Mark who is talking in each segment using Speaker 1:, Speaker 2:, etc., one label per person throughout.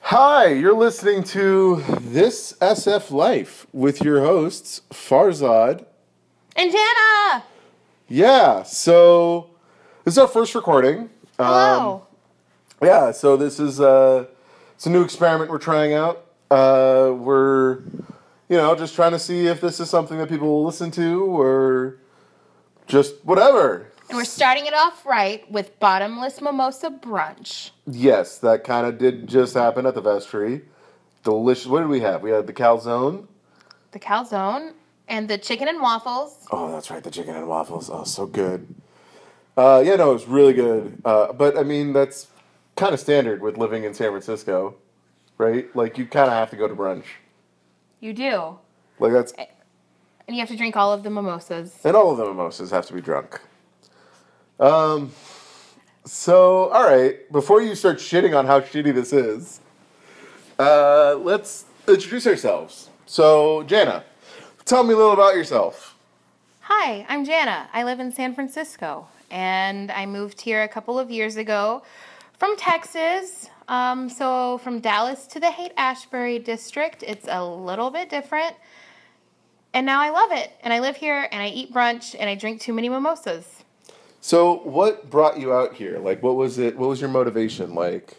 Speaker 1: Hi, you're listening to This SF Life with your hosts, Farzad.
Speaker 2: And Jana!
Speaker 1: Yeah, so this is our first recording. Um,
Speaker 2: Hello.
Speaker 1: Yeah, so this is uh, it's a new experiment we're trying out. Uh, we're, you know, just trying to see if this is something that people will listen to or just whatever.
Speaker 2: and we're starting it off right with bottomless mimosa brunch.
Speaker 1: Yes, that kind of did just happen at the vestry. Delicious. What did we have? We had the calzone.
Speaker 2: The calzone and the chicken and waffles.
Speaker 1: Oh, that's right, the chicken and waffles. Oh, so good. Uh, yeah, no, it was really good. Uh, but I mean, that's kind of standard with living in San Francisco, right? Like you kind of have to go to brunch.
Speaker 2: You do.
Speaker 1: Like that's
Speaker 2: And you have to drink all of the mimosas.
Speaker 1: and all of the mimosas have to be drunk. Um, so all right, before you start shitting on how shitty this is, uh, let's introduce ourselves. So Jana, tell me a little about yourself.
Speaker 2: Hi, I'm Jana. I live in San Francisco and I moved here a couple of years ago from Texas. Um, so, from Dallas to the Haight Ashbury district, it's a little bit different. And now I love it. And I live here and I eat brunch and I drink too many mimosas.
Speaker 1: So what brought you out here? Like, what was it? What was your motivation like?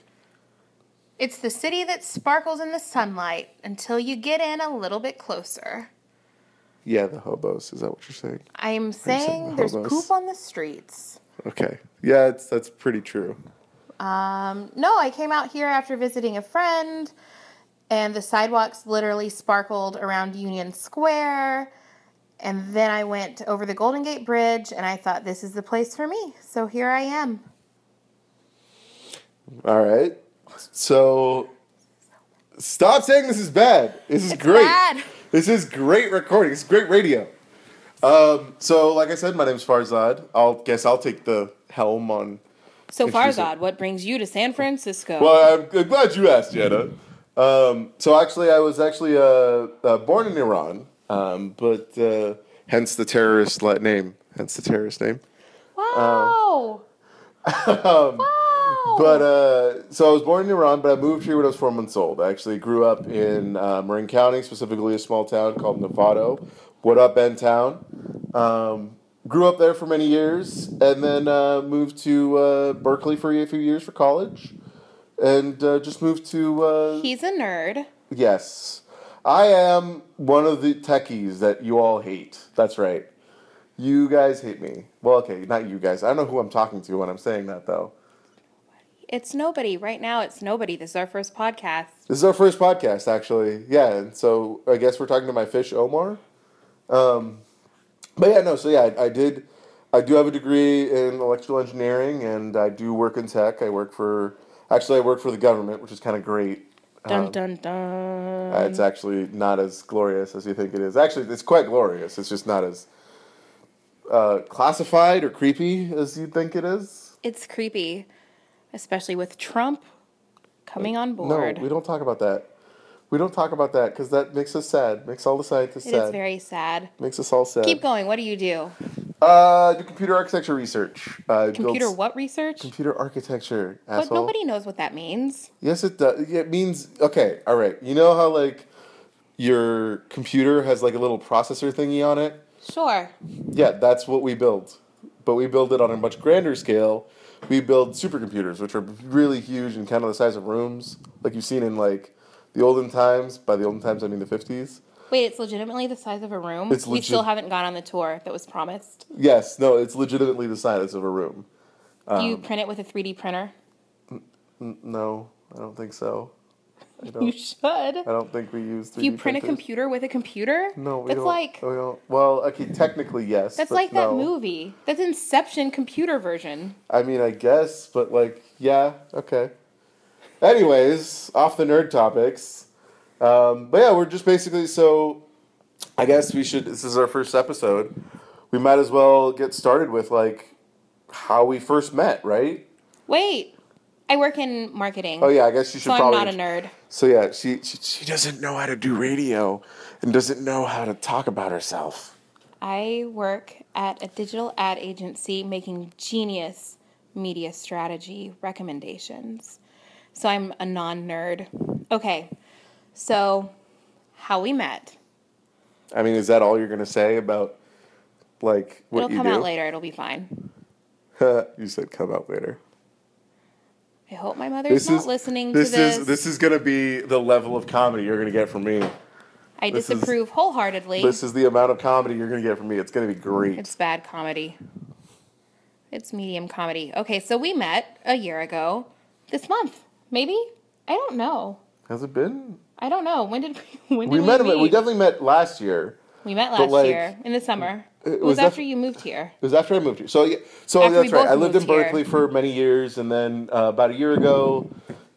Speaker 2: It's the city that sparkles in the sunlight until you get in a little bit closer.
Speaker 1: Yeah, the hobos. Is that what you're saying?
Speaker 2: I'm
Speaker 1: saying
Speaker 2: saying there's
Speaker 1: hobos?
Speaker 2: poop on the streets.
Speaker 1: Okay. Yeah, it's, that's pretty true.
Speaker 2: Um, no, I came out here after visiting a friend, and the sidewalks literally sparkled around Union Square. And then I went over the Golden Gate Bridge, and I thought, this is the place for me. So here I am.
Speaker 1: All right. So stop saying this is bad. This is
Speaker 2: It's
Speaker 1: great.
Speaker 2: bad.
Speaker 1: This is great recording. It's great radio. Um, so, like I said, my name's Farzad. I'll guess I'll take the helm on.
Speaker 2: So,
Speaker 1: Excuse me.
Speaker 2: what brings you to San Francisco?
Speaker 1: Well, I'm, I'm glad you asked, Jenna. Um, so, actually, I was actually uh, uh, born in Iran, um, but uh, hence the terrorist la- name. Hence the terrorist name.
Speaker 2: wow! wow!
Speaker 1: Um, But uh, so I was born in Iran, but I moved here when I was four months old. I actually grew up in uh, Marin County, specifically a small town called Novato. What up, N Town? Um, grew up there for many years, and then uh, moved to uh, Berkeley for a few years for college, and uh, just moved to uh,
Speaker 2: He's a nerd.
Speaker 1: yes, I am one of the techies that you all hate. That's right. You guys hate me. Well, okay, not you guys. I don't know who I'm talking to when I'm saying that though.
Speaker 2: It's nobody. Right now, it's nobody. This is our first podcast.
Speaker 1: This is our first podcast, actually. Yeah, and so I guess we're talking to my fish Omar. Um, but yeah, no. So yeah, I, I did. I do have a degree in electrical engineering, and I do work in tech. I work for actually I work for the government, which is kind of great. Um,
Speaker 2: Dun dun dun.
Speaker 1: Uh, it's actually not as glorious as you think it is. Actually, it's quite glorious. It's just not as uh, classified or creepy as you think it is.
Speaker 2: It's creepy, especially with Trump coming on board.
Speaker 1: Mm, No, we don't talk about that. We don't talk about that because that makes us sad. Makes all the scientists
Speaker 2: It
Speaker 1: sad.
Speaker 2: is very sad.
Speaker 1: Makes us all sad.
Speaker 2: Keep going. What do you do?
Speaker 1: Uh, do computer architecture research. Uh, it
Speaker 2: Computer
Speaker 1: builds-
Speaker 2: what research?
Speaker 1: Computer architecture,
Speaker 2: but
Speaker 1: asshole.
Speaker 2: nobody knows what that means.
Speaker 1: Yes, it does. Yeah, It means okay. All right. You know how like your computer has like a little processor thingy on it.
Speaker 2: Sure.
Speaker 1: Yeah, that's what we build, but we build it on a much grander scale. We build supercomputers, which are really huge and kind of the size of rooms, like you've seen in like the olden times. By the olden times, I mean the fifties.
Speaker 2: Wait, it's legitimately the size of a room.
Speaker 1: It's
Speaker 2: we still
Speaker 1: legit-
Speaker 2: haven't gone on the tour that was promised.
Speaker 1: Yes, no, it's legitimately the size of a room.
Speaker 2: do
Speaker 1: Um,
Speaker 2: you print it with a 3D printer?
Speaker 1: No, I don't think so. I
Speaker 2: You
Speaker 1: don't.
Speaker 2: should.
Speaker 1: I don't think we use. 3D
Speaker 2: Do you print a
Speaker 1: printers.
Speaker 2: computer with a computer?
Speaker 1: No, we
Speaker 2: that's
Speaker 1: don't.
Speaker 2: like
Speaker 1: we don't. Well, okay, technically yes.
Speaker 2: that's
Speaker 1: but
Speaker 2: like that
Speaker 1: no.
Speaker 2: movie. That's Inception computer version.
Speaker 1: I mean, I guess, but like, yeah, okay. Anyways, off the nerd topics. Um, but yeah, we're just basically so. I guess we should. This is our first episode. We might as well get started with like how we first met, right?
Speaker 2: Wait, I work in marketing,
Speaker 1: Oh yeah, I guess you should
Speaker 2: so I'm
Speaker 1: probably.
Speaker 2: not a nerd.
Speaker 1: So yeah, she, she she doesn't know how to do radio and doesn't know how to talk about herself.
Speaker 2: I work at a digital ad agency making genius media strategy recommendations. So I'm a non nerd. Okay. So, how we met.
Speaker 1: I mean, is that all you're gonna say about like what
Speaker 2: It'll
Speaker 1: you
Speaker 2: come
Speaker 1: do?
Speaker 2: out later. It'll be fine.
Speaker 1: you said come out later.
Speaker 2: I hope my mother's not listening
Speaker 1: this
Speaker 2: to this.
Speaker 1: is this is gonna be the level of comedy you're gonna get from me.
Speaker 2: I
Speaker 1: this is-
Speaker 2: disapprove wholeheartedly.
Speaker 1: This is the amount of comedy you're gonna get from me. It's gonna be great.
Speaker 2: It's bad comedy. It's medium comedy. Okay, so we met a year ago this month, maybe? I don't know.
Speaker 1: Has it been?
Speaker 2: I don't know. When did we, when did
Speaker 1: We
Speaker 2: we,
Speaker 1: met him.
Speaker 2: meet?
Speaker 1: We definitely met last year.
Speaker 2: We met last
Speaker 1: like,
Speaker 2: year in the summer. It, was,
Speaker 1: was
Speaker 2: after
Speaker 1: defi-
Speaker 2: you moved here.
Speaker 1: It was after I moved here. So yeah, so
Speaker 2: After we
Speaker 1: that's right.
Speaker 2: both
Speaker 1: I lived in
Speaker 2: moved here.
Speaker 1: Berkeley for many years, and then uh, about a year ago,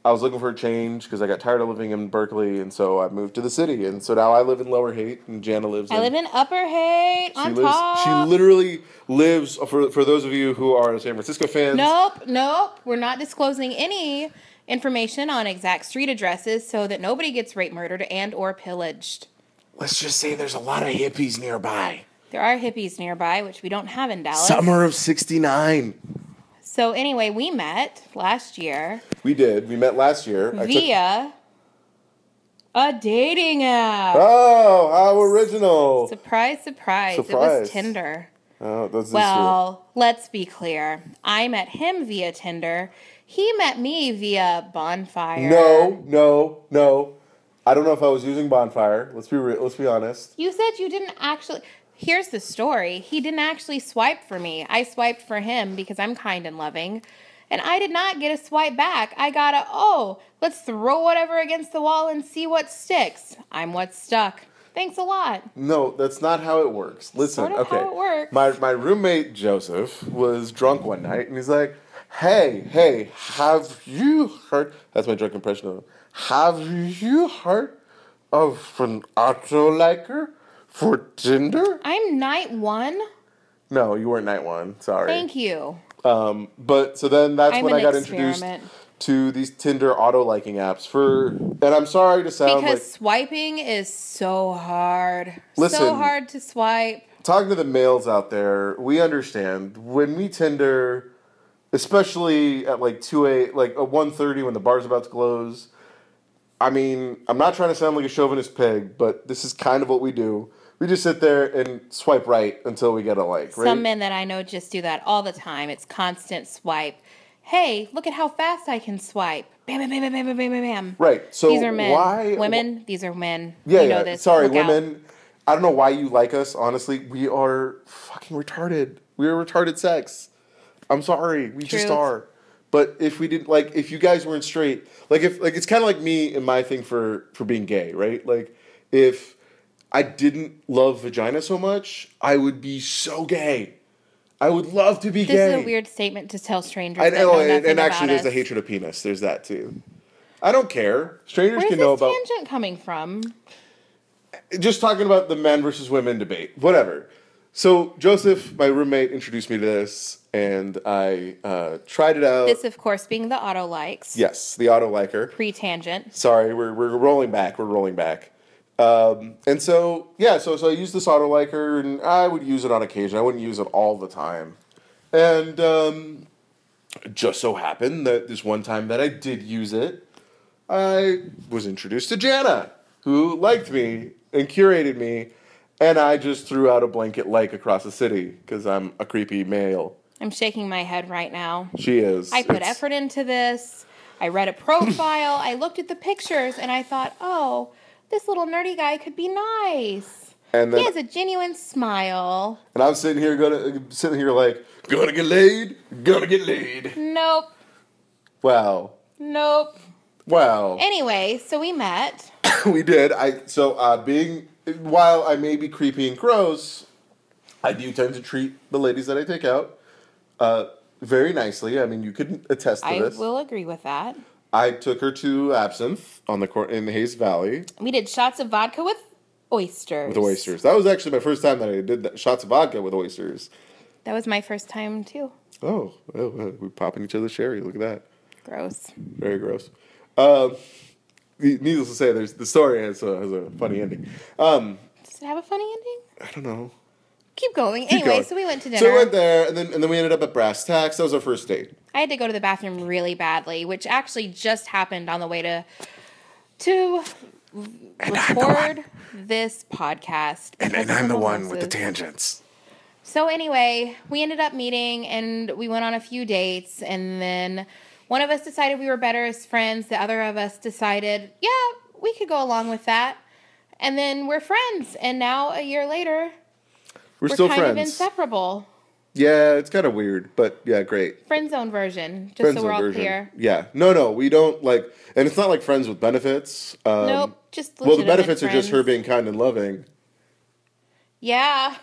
Speaker 1: I was looking for a change because I got tired of living in Berkeley, and so I moved to the city. And so now I live in Lower Haight, and Jana lives.
Speaker 2: I live in Upper Haight
Speaker 1: She
Speaker 2: on
Speaker 1: lives.
Speaker 2: top.
Speaker 1: She literally lives. For for those of you who are San Francisco fans,
Speaker 2: Nope, nope. We're not disclosing any information on exact street addresses so that nobody gets rape, murdered, and or pillaged.
Speaker 1: let's just say there's a lot of hippies nearby.
Speaker 2: There are hippies nearby, which we don't have in Dallas.
Speaker 1: Summer of '69.
Speaker 2: So anyway, we met last year
Speaker 1: We did. We met last year. I took-
Speaker 2: via a dating app.
Speaker 1: oh, how original!
Speaker 2: Surprise, surprise. It
Speaker 1: Surprise.
Speaker 2: was Tinder.
Speaker 1: Oh, that's
Speaker 2: Well, let's be clear. I met him via Tinder. He met me via Bonfire.
Speaker 1: No, no, no. I don't know if I was using Bonfire. Let's be real. Let's be honest.
Speaker 2: You said you didn't actually. Here's the story. He didn't actually swipe for me. I swiped for him because I'm kind and loving. And I did not get a swipe back. I got a, oh, let's throw whatever against the wall and see what sticks. I'm what's stuck. Thanks a lot.
Speaker 1: No, that's not how it works. Listen,
Speaker 2: Sort of
Speaker 1: okay.
Speaker 2: how it works.
Speaker 1: My my roommate Joseph was drunk one night and he's like, "Hey, hey, have you heard?" That's my drunk impression of him. Have you heard of an auto liker for Tinder?
Speaker 2: I'm night one.
Speaker 1: No, you weren't night one. Sorry.
Speaker 2: Thank you.
Speaker 1: Um, but so then that's
Speaker 2: I'm
Speaker 1: when
Speaker 2: an
Speaker 1: I got
Speaker 2: experiment.
Speaker 1: introduced to these Tinder auto liking apps for, and I'm sorry to sound
Speaker 2: Because swiping is so hard.
Speaker 1: Listen.
Speaker 2: so hard to swipe.
Speaker 1: like talking to the males out there. We understand when we Tinder, especially at like two a like at one thirty when the bar's about to close. I mean, I'm not trying to sound like a chauvinist pig, but this is kind of what we do. We just sit there and swipe right until we get a like, right?
Speaker 2: Some men that I know just do that all the time. It's constant swipe. Hey, look at how fast I can swipe. Bam, bam, bam, bam, bam, bam, bam, bam.
Speaker 1: right. So
Speaker 2: These are men.
Speaker 1: why
Speaker 2: Women, these are men.
Speaker 1: Yeah,
Speaker 2: You know
Speaker 1: yeah.
Speaker 2: this.
Speaker 1: Sorry,
Speaker 2: Look out.
Speaker 1: women. I don't know why you like us. Honestly, we are fucking retarded. We are retarded sex. I'm sorry. We just
Speaker 2: Truth.
Speaker 1: are. But if we didn't like, if you guys weren't straight, like if like it's kind of like me and my thing for for being gay, right? Like if I didn't love vagina so much, I would be so gay. I would love to be
Speaker 2: This
Speaker 1: gay.
Speaker 2: is a weird statement to tell strangers.
Speaker 1: I
Speaker 2: that know,
Speaker 1: know, and,
Speaker 2: nothing
Speaker 1: and
Speaker 2: about
Speaker 1: actually, there's a
Speaker 2: us.
Speaker 1: hatred of penis. There's that too. I don't care. Strangers
Speaker 2: Where's
Speaker 1: can
Speaker 2: this
Speaker 1: know about. Uh,
Speaker 2: tangent coming from?
Speaker 1: just talking about the men versus women debate, whatever. So Joseph, my roommate, introduced me to this, and I uh, tried it out.
Speaker 2: This, of course, being the auto likes.
Speaker 1: yes, the auto liker.
Speaker 2: Pre tangent.
Speaker 1: Sorry, we're we're rolling back. We're rolling back. Um, and so yeah, so so I used this auto liker, and I would use it on occasion. I wouldn't use it all the time. And um, it just so happened that this one time that I did use it, I was introduced to Jana, who liked me and curated me, and I just threw out a blanket like across the city because I'm a creepy male.
Speaker 2: I'm shaking my head right now.
Speaker 1: She is.
Speaker 2: I put
Speaker 1: It's-
Speaker 2: effort into this. I read a profile. I looked at the pictures and I thought, oh, this little nerdy guy could be nice.
Speaker 1: and
Speaker 2: He
Speaker 1: then
Speaker 2: has a genuine smile.
Speaker 1: and I'm sitting here gonna sitting here like gonna get laid, gonna get laid.
Speaker 2: Nope.
Speaker 1: Wow.
Speaker 2: Nope.
Speaker 1: Wow.
Speaker 2: Eh. Anyway, so we met.
Speaker 1: we did. I so uh, being while I may be creepy and gross, I do tend to treat the ladies that I take out uh, very nicely. I mean, you can attest to
Speaker 2: I
Speaker 1: this.
Speaker 2: will agree with that.
Speaker 1: I took her to Absinthe on the court in the Hayes Valley
Speaker 2: We did shots of vodka with oysters.
Speaker 1: with oysters. That was actually my first time that I did that. shots of vodka with oysters.
Speaker 2: That was my first time too.
Speaker 1: Oh, oh, oh, we're popping each other's sherry. Look at that.
Speaker 2: Gross.
Speaker 1: Very gross. Um, needless to say, there's the story has a, has a funny ending. Um,
Speaker 2: Does it have a funny ending?
Speaker 1: I don't know.
Speaker 2: Keep going.
Speaker 1: Keep
Speaker 2: anyway,
Speaker 1: going.
Speaker 2: so we went to
Speaker 1: So we
Speaker 2: dinner.
Speaker 1: went there, and then and then we ended up at Brass Tacks. That was our first date.
Speaker 2: I had to go to the bathroom really badly, which actually just happened on the way to to record this podcast.
Speaker 1: And,
Speaker 2: because
Speaker 1: and
Speaker 2: of
Speaker 1: I'm the one with the
Speaker 2: mimosas.
Speaker 1: tangents.
Speaker 2: So anyway, we ended up meeting and we went on a few dates and then one of us decided we were better as friends, the other of us decided, yeah, we could go along with that. And then we're friends and now a year later,
Speaker 1: We're,
Speaker 2: we're
Speaker 1: still
Speaker 2: kind of
Speaker 1: friends.
Speaker 2: inseparable.
Speaker 1: yeah, it's kind of weird, but yeah, great.
Speaker 2: Friend zone version, just
Speaker 1: Friends
Speaker 2: so we're all
Speaker 1: version.
Speaker 2: clear.
Speaker 1: Yeah. No, no, we don't like, and it's not like friends with benefits. Um,
Speaker 2: nope, just
Speaker 1: Well, the
Speaker 2: legitimate
Speaker 1: benefits are just her
Speaker 2: friends.
Speaker 1: being kind and loving.
Speaker 2: Yeah.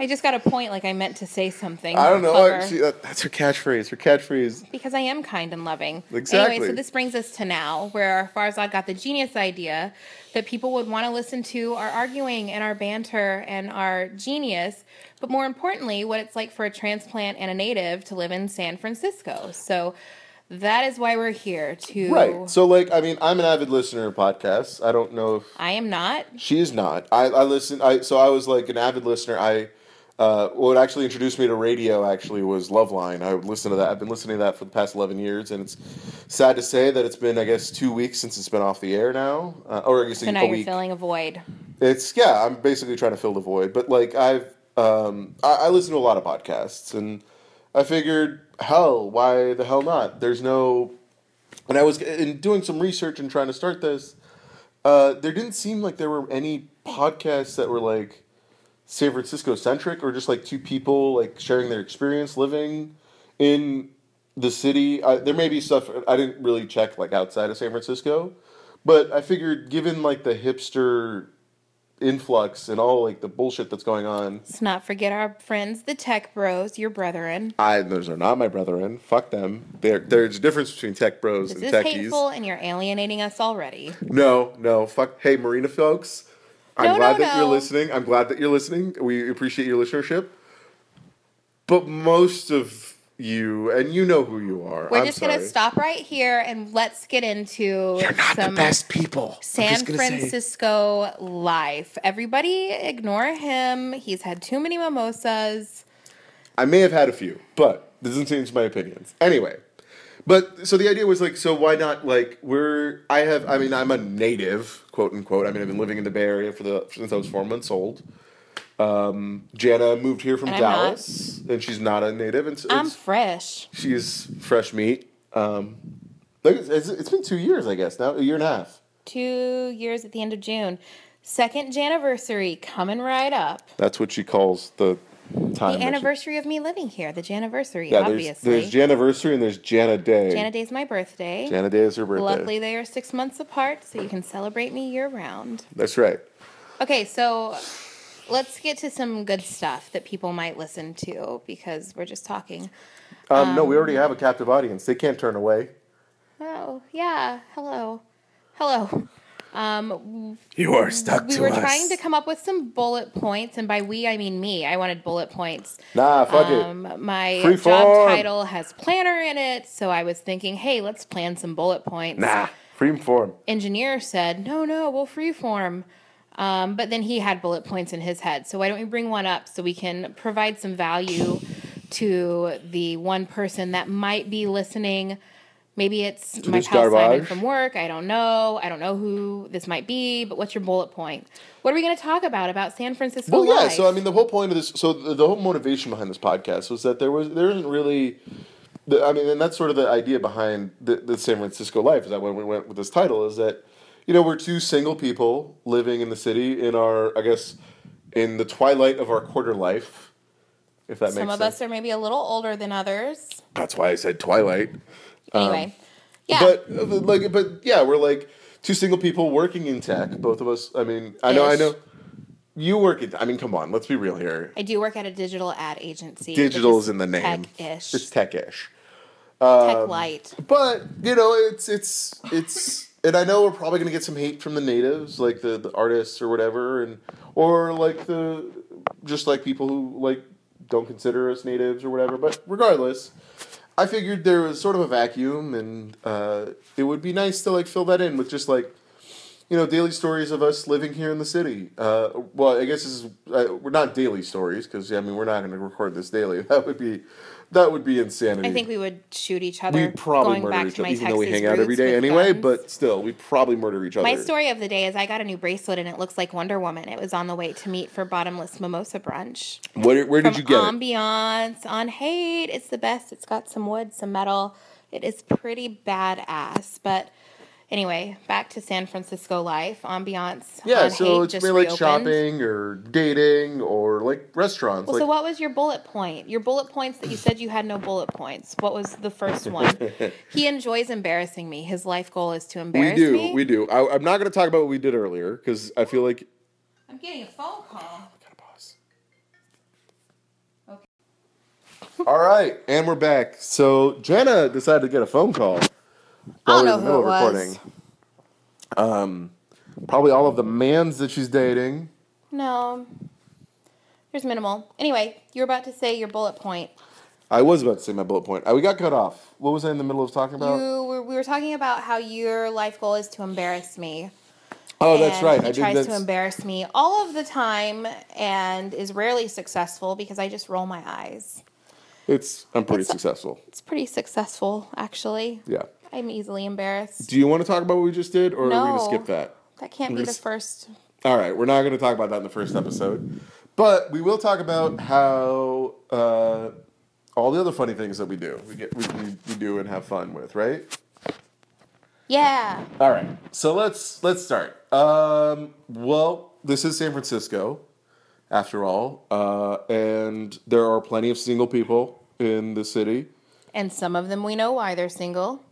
Speaker 2: I just got a point like I meant to say something.
Speaker 1: I don't know.
Speaker 2: Clever.
Speaker 1: She, that, that's her catchphrase. Her catchphrase.
Speaker 2: because I am kind and loving.
Speaker 1: Exactly.
Speaker 2: Anyway, so this brings us to now, where Farzad got the genius idea that people would want to listen to our arguing and our banter and our genius, but more importantly, what it's like for a transplant and a native to live in San Francisco. So that is why we're here to.
Speaker 1: Right. So, like, I mean, I'm an avid listener of podcasts. I don't know if
Speaker 2: I am not.
Speaker 1: She is not. I, I listen. I so I was like an avid listener. I uh, what actually introduced me to radio actually was Loveline. I would listen to that. I've been listening to that for the past eleven years, and it's sad to say that it's been I guess two weeks since it's been off the air now, uh, or I guess
Speaker 2: So
Speaker 1: a,
Speaker 2: now
Speaker 1: a
Speaker 2: you're
Speaker 1: week.
Speaker 2: filling a void.
Speaker 1: It's yeah. I'm basically trying to fill the void, but like I've um, I, I listen to a lot of podcasts, and I figured, hell, why the hell not? There's no. And I was in doing some research and trying to start this. Uh, there didn't seem like there were any podcasts that were like San Francisco centric or just like two people like sharing their experience living in the city. I, there may be stuff I didn't really check like outside of San Francisco, but I figured given like the hipster influx and all like the bullshit that's going on,
Speaker 2: Let's not forget our friends, the tech bros, your brethren.
Speaker 1: I those are not my brethren. Fuck them. There, there's a difference between tech bros
Speaker 2: This
Speaker 1: and
Speaker 2: is
Speaker 1: techies.
Speaker 2: hateful, and you're alienating us already.
Speaker 1: No, no. Fuck. Hey, Marina folks. I'm
Speaker 2: No,
Speaker 1: glad
Speaker 2: no,
Speaker 1: that
Speaker 2: no.
Speaker 1: you're listening. I'm glad that you're listening. We appreciate your listenership. But most of you, and you know who you are.
Speaker 2: We're
Speaker 1: I'm
Speaker 2: just
Speaker 1: sorry.
Speaker 2: gonna stop right here and let's get into some
Speaker 1: people. I'm
Speaker 2: San
Speaker 1: just gonna say-
Speaker 2: Francisco life. Everybody ignore him. He's had too many mimosas.
Speaker 1: I may have had a few, but this doesn't change my opinions. Anyway, but so the idea was like, so why not like we're I have I mean I'm a native quote unquote. I mean I've been living in the Bay Area for the since I was four months old. Um, Jana moved here from
Speaker 2: And I'm not.
Speaker 1: Dallas, and she's not a native, and, s- and
Speaker 2: I'm
Speaker 1: s-
Speaker 2: fresh.
Speaker 1: she is fresh meat. Um, like it's, it's- it's been two years, I guess now, a year and a half.
Speaker 2: Two years at the end of June. Second Janiversary coming right up.
Speaker 1: That's what she calls the
Speaker 2: The
Speaker 1: time. that she-
Speaker 2: anniversary of me living here. The Janiversary,
Speaker 1: Yeah, there's,
Speaker 2: obviously.
Speaker 1: there's Janiversary and there's Jana Day.
Speaker 2: Jana Day's my birthday.
Speaker 1: Jana Day is her birthday.
Speaker 2: Luckily, they are six months apart, so you can celebrate me year round.
Speaker 1: That's right.
Speaker 2: Okay, so let's get to some good stuff that people might listen to because we're just talking.
Speaker 1: Um, no, we already have a captive audience. They can't turn away.
Speaker 2: Oh, yeah. Hello. Hello. Um,
Speaker 1: You are stuck
Speaker 2: we were trying to come up with some bullet points, and by we, I mean me. I wanted bullet points.
Speaker 1: Nah, fuck it.
Speaker 2: Um, my
Speaker 1: Free
Speaker 2: job
Speaker 1: form.
Speaker 2: title has planner in it, so I was thinking, hey, let's plan some bullet points.
Speaker 1: Nah, free form.
Speaker 2: Engineer said, no, no, we'll freeform. Um, but then he had bullet points in his head. So why don't we bring one up so we can provide some value to the one person that might be listening? Maybe it's my
Speaker 1: this
Speaker 2: pal Simon
Speaker 1: garbage.
Speaker 2: from work. I don't know. I don't know who this might be, but what's your bullet point? What are we going to talk about about San Francisco?
Speaker 1: Well, yeah.
Speaker 2: life?
Speaker 1: So I mean, the whole point of this, so the, the whole motivation behind this podcast was that there was there isn't really, the, I mean, and that's sort of the idea behind the, the San Francisco life. Is that when we went with this title is that, you know, we're two single people living in the city in our, I guess, in the twilight of our quarter life, if that
Speaker 2: some
Speaker 1: makes
Speaker 2: of
Speaker 1: sense.
Speaker 2: us are maybe a little older than others.
Speaker 1: that's why I said twilight.
Speaker 2: Anyway, yeah.
Speaker 1: Um, But uh, like, but yeah, we're like two single people working in tech. Both of us. I mean, I know, I
Speaker 2: Ish.
Speaker 1: know. You work in. I mean, come on. Let's be real here.
Speaker 2: I do work at a digital ad agency. which
Speaker 1: Digital
Speaker 2: is
Speaker 1: is in the name.
Speaker 2: Tech-ish.
Speaker 1: It's um, tech-ish.
Speaker 2: Tech light.
Speaker 1: But you know, it's it's it's. And I know we're probably gonna get some hate from the natives, like the, the artists or whatever, and or like the just like people who like don't consider us natives or whatever. But regardless, I figured there was sort of a vacuum, and uh, it would be nice to like fill that in with just like you know daily stories of us living here in the city. Uh, well, I guess this is uh, we're not daily stories because I mean we're not going to record this daily. That would be That would be insanity.
Speaker 2: I think we would shoot each other.
Speaker 1: we probably
Speaker 2: going back
Speaker 1: murder each
Speaker 2: to
Speaker 1: other,
Speaker 2: my
Speaker 1: even though we
Speaker 2: Texas
Speaker 1: hang out every
Speaker 2: roots
Speaker 1: day
Speaker 2: with
Speaker 1: anyway.
Speaker 2: guns.
Speaker 1: But still, we probably murder each other.
Speaker 2: My story of the day is I got a new bracelet and it looks like Wonder Woman. It was on the way to meet for bottomless mimosa brunch.
Speaker 1: Where, where did you get it?
Speaker 2: Ambiance on Hate. It's the best. It's got some wood, some metal. It is pretty badass. But anyway, back to San Francisco life. Ambiance.
Speaker 1: Yeah,
Speaker 2: on
Speaker 1: so
Speaker 2: Haight
Speaker 1: it's
Speaker 2: just
Speaker 1: more like
Speaker 2: reopened.
Speaker 1: shopping or dating or like restaurants.
Speaker 2: Well,
Speaker 1: like,
Speaker 2: so what was your bullet point? Your bullet points that you said you had no bullet points. What was the first one? he enjoys embarrassing me. His life goal is to
Speaker 1: we
Speaker 2: embarrass
Speaker 1: do,
Speaker 2: me.
Speaker 1: we do. I, I'm not going to talk about what we did earlier because I feel like.
Speaker 2: I'm getting a phone call.
Speaker 1: Gotta pause. All right, and we're back. So Jana decided to get a phone call.
Speaker 2: I don't
Speaker 1: while
Speaker 2: know
Speaker 1: we were Oh, in the
Speaker 2: who
Speaker 1: middle
Speaker 2: it
Speaker 1: of
Speaker 2: was.
Speaker 1: Um, probably all of the mans that she's dating.
Speaker 2: No. There's minimal. Anyway, you were about to say your bullet point.
Speaker 1: I was about to say my bullet point. Uh, we got cut off. What was I in the middle of talking about?
Speaker 2: You were, we were talking about how your life goal is to embarrass me.
Speaker 1: oh, that's
Speaker 2: and
Speaker 1: right.
Speaker 2: He
Speaker 1: I
Speaker 2: tries
Speaker 1: did
Speaker 2: to
Speaker 1: that.
Speaker 2: embarrass me all of the time and is rarely successful because I just roll my eyes.
Speaker 1: It's I'm pretty successful.
Speaker 2: It's pretty successful, actually.
Speaker 1: Yeah.
Speaker 2: I'm easily embarrassed.
Speaker 1: Do you want to talk about what we just did, or are we going to
Speaker 2: No.
Speaker 1: skip that?
Speaker 2: That can't be
Speaker 1: We're
Speaker 2: the
Speaker 1: s-
Speaker 2: first.
Speaker 1: All right, we're not going to talk about that in the first episode, but we will talk about how uh, all the other funny things that we do, we get, we, we, we do and have fun with, right?
Speaker 2: Yeah.
Speaker 1: All right, so let's let's start. Um, well, this is San Francisco, after all, uh, and there are plenty of single people in the city.
Speaker 2: And some of them we know why they're single.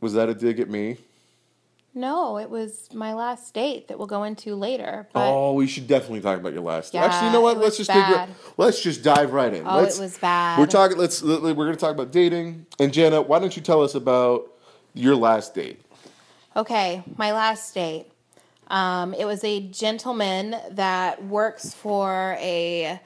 Speaker 1: Was that a dig at me?
Speaker 2: No, it was my last date that we'll go into later. But
Speaker 1: Oh, we should definitely talk about your last.
Speaker 2: Yeah,
Speaker 1: Actually, you know what?
Speaker 2: it
Speaker 1: Let's
Speaker 2: was
Speaker 1: just dig right,
Speaker 2: bad.
Speaker 1: let's just dive right in.
Speaker 2: Oh,
Speaker 1: let's,
Speaker 2: it was bad.
Speaker 1: We're talking. Let's. let- We're going to talk about dating. And Jana, why don't you tell us about your last date?
Speaker 2: Okay, my last date. Um, it was a gentleman that works for a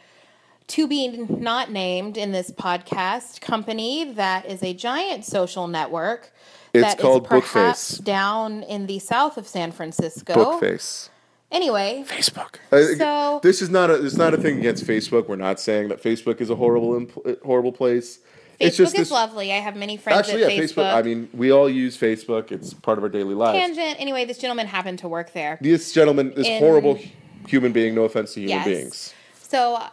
Speaker 2: to be not named in this podcast company that is a giant social network.
Speaker 1: It's
Speaker 2: that is
Speaker 1: called Bookface.
Speaker 2: perhaps Down in the south of San Francisco.
Speaker 1: Bookface.
Speaker 2: Anyway,
Speaker 1: Facebook.
Speaker 2: So-
Speaker 1: this is not a. It's not a thing against Facebook. We're not saying that Facebook is a horrible, impl- horrible place. it's
Speaker 2: Facebook
Speaker 1: just
Speaker 2: is
Speaker 1: this.
Speaker 2: lovely. I have many friends
Speaker 1: Actually, yeah,
Speaker 2: at
Speaker 1: Facebook.
Speaker 2: Facebook.
Speaker 1: I mean, we all use Facebook. It's part of our daily lives.
Speaker 2: tangent. Anyway, this gentleman happened to work there.
Speaker 1: this gentleman, this
Speaker 2: In-
Speaker 1: horrible human being. No offense to human
Speaker 2: Yes.
Speaker 1: beings.
Speaker 2: So, uh,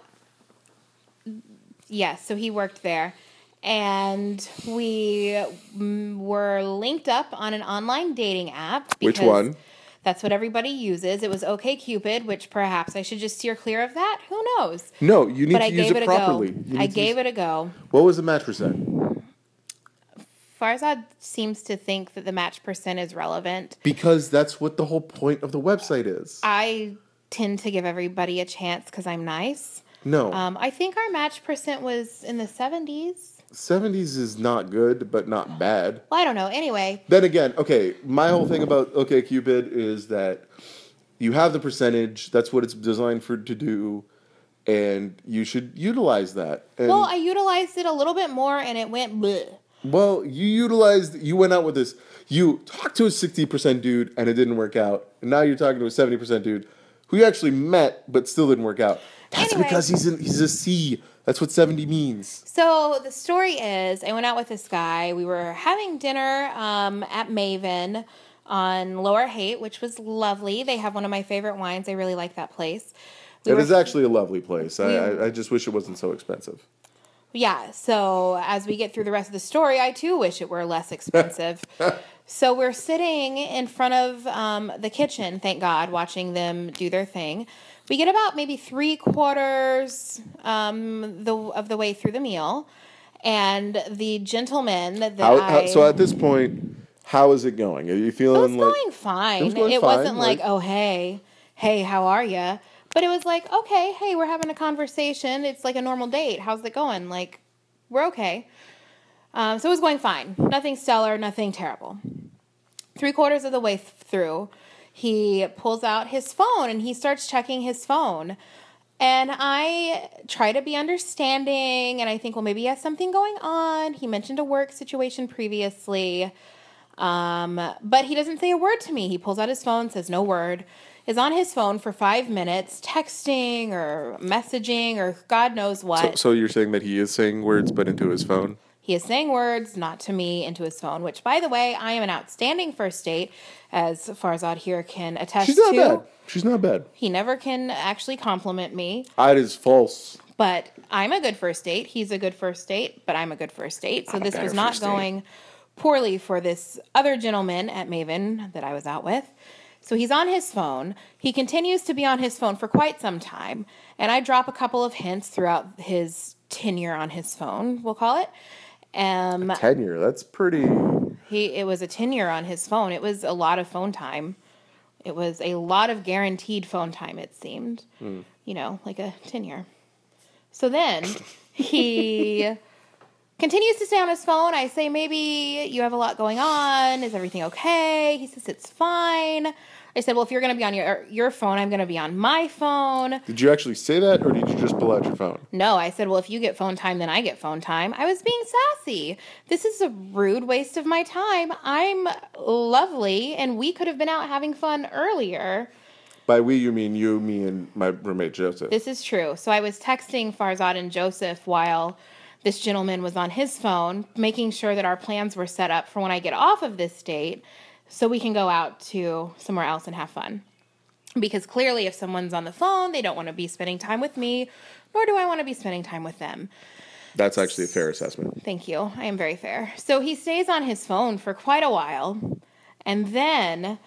Speaker 2: yes, so he worked there. And we mm, were linked up on an online dating app.
Speaker 1: Which
Speaker 2: because
Speaker 1: one?
Speaker 2: That's what everybody uses. It was OKCupid, which perhaps I should just steer clear of that. Who knows?
Speaker 1: No, you need
Speaker 2: But
Speaker 1: to
Speaker 2: I
Speaker 1: use
Speaker 2: gave
Speaker 1: it,
Speaker 2: it a
Speaker 1: properly. You
Speaker 2: go.
Speaker 1: need
Speaker 2: I
Speaker 1: to
Speaker 2: gave
Speaker 1: use-
Speaker 2: it a go.
Speaker 1: What was the match percent?
Speaker 2: Farzad seems to think that the match percent is relevant.
Speaker 1: Because that's what the whole point of the website is.
Speaker 2: I tend to give everybody a chance because I'm nice.
Speaker 1: No,
Speaker 2: Um, I think our match percent was in the 70s.
Speaker 1: seventies is not good, but not bad.
Speaker 2: Well, I don't know. Anyway,
Speaker 1: Then again, okay, my whole thing about OK Cupid is that you have the percentage. That's what it's designed for to do, and you should utilize that. And,
Speaker 2: Well, I utilized it a little bit more and it went bleh.
Speaker 1: well, you utilized. You went out with this. You talked to a sixty percent dude, and it didn't work out. And now you're talking to a seventy percent dude, who you actually met, but still didn't work out. That's
Speaker 2: Anyway.
Speaker 1: because he's in, he's a C. That's what seventy means.
Speaker 2: So the story is I went out with this guy. We were having dinner um, at Maven on Lower Haight, which was lovely. They have one of my favorite wines. I really like that place. We
Speaker 1: It
Speaker 2: were-
Speaker 1: is actually a lovely place. I,
Speaker 2: we-
Speaker 1: I, I just wish it wasn't so expensive.
Speaker 2: Yeah. So as we get through the rest of the story, I too wish it were less expensive. so we're sitting in front of um, the kitchen, thank God, watching them do their thing. We get about maybe three quarters um, the of the way through the meal, and the gentleman that
Speaker 1: How,
Speaker 2: I
Speaker 1: how, so at this point, how is it going? Are you
Speaker 2: it was
Speaker 1: feeling like
Speaker 2: going fine.
Speaker 1: It
Speaker 2: It,
Speaker 1: was going
Speaker 2: was not
Speaker 1: fine,
Speaker 2: like,
Speaker 1: like-
Speaker 2: oh hey, hey, how are you? But it was like, okay, hey, we're having a conversation. It's like a normal date. How's it going? Like, we're okay. Um, so it was going fine. Nothing stellar. Nothing terrible. Three quarters of the way th- through, he pulls out his phone and he starts checking his phone. And I try to be understanding, and I think, well, maybe he has something going on. He mentioned a work situation previously. Um, but he doesn't say a word to me. He pulls out his phone, says no word. is on his phone for five minutes, texting or messaging or God knows
Speaker 1: So,
Speaker 2: what.
Speaker 1: so you're saying that he is saying words, but into his phone?
Speaker 2: He is saying words, not to me, into his phone, which, by the way, I am an outstanding first date, as Farzad here can attest
Speaker 1: She's not
Speaker 2: to.
Speaker 1: bad. She's not bad.
Speaker 2: He never can actually compliment me,
Speaker 1: That is false.
Speaker 2: but I'm a good first date. He's a good first date, but I'm a good first date. So
Speaker 1: I'm a
Speaker 2: this was
Speaker 1: better
Speaker 2: not
Speaker 1: first date.
Speaker 2: going poorly for this other gentleman at Maven that I was out with. So he's on his phone. He continues to be on his phone for quite some time. And I drop a couple of hints throughout his tenure on his phone, we'll call it. Um,
Speaker 1: Tenure. That's pretty.
Speaker 2: he it was a tenure on his phone. It was a lot of phone time. It was a lot of guaranteed phone time. It seemed, you know, like a tenure. So then he continues to stay on his phone. I say, maybe you have a lot going on. Is everything okay? He says it's fine. I said, well, if you're going to be on your your phone, I'm going to be on my phone.
Speaker 1: Did you actually say that, or did you just pull out your phone?
Speaker 2: No, I said, well, if you get phone time, then I get phone time. I was being sassy. This is a rude waste of my time. I'm lovely, and we could have been out having fun earlier.
Speaker 1: By we, you mean you, me, and my roommate Joseph.
Speaker 2: This is true. So I was texting Farzad and Joseph while this gentleman was on his phone, making sure that our plans were set up for when I get off of this date so we can go out to somewhere else and have fun. Because clearly, if someone's on the phone, they don't want to be spending time with me, nor do I want to be spending time with them.
Speaker 1: That's actually a fair assessment.
Speaker 2: Thank you. I am very fair. So he stays on his phone for quite a while. And then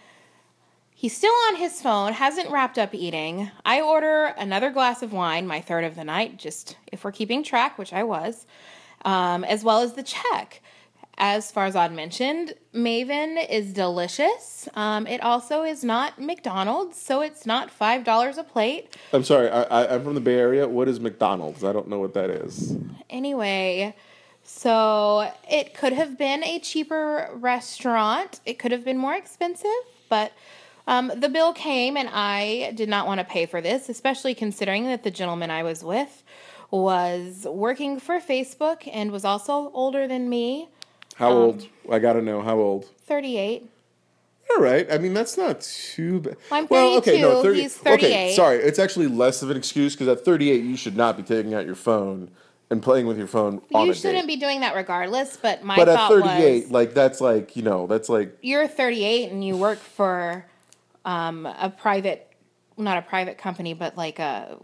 Speaker 2: he's still on his phone, hasn't wrapped up eating. I order another glass of wine, my third of the night, just if we're keeping track, which I was, um, as well as the check. As Farzad mentioned, Maven is delicious. Um, it also is not McDonald's, so it's not $5 a plate.
Speaker 1: I'm sorry. I, I, I'm from the Bay Area. What is McDonald's? I don't know what that is.
Speaker 2: Um, Anyway, so it could have been a cheaper restaurant. It could have been more expensive, but um, the bill came and I did not want to pay for this, especially considering that the gentleman I was with was working for Facebook and was also older than me,
Speaker 1: How old? I gotta know. How old?
Speaker 2: 38.
Speaker 1: All right. I mean, that's not too bad.
Speaker 2: I'm 32, he's
Speaker 1: Okay,
Speaker 2: 38.
Speaker 1: sorry. It's actually less of an excuse because at 38, you should not be taking out your phone and playing with your phone on
Speaker 2: you
Speaker 1: a date.
Speaker 2: shouldn't be doing that regardless, but my
Speaker 1: but at
Speaker 2: thought
Speaker 1: 38,
Speaker 2: was
Speaker 1: like that's like you know, that's like
Speaker 2: you're 38 and you work for um, a private, not a private company, but like a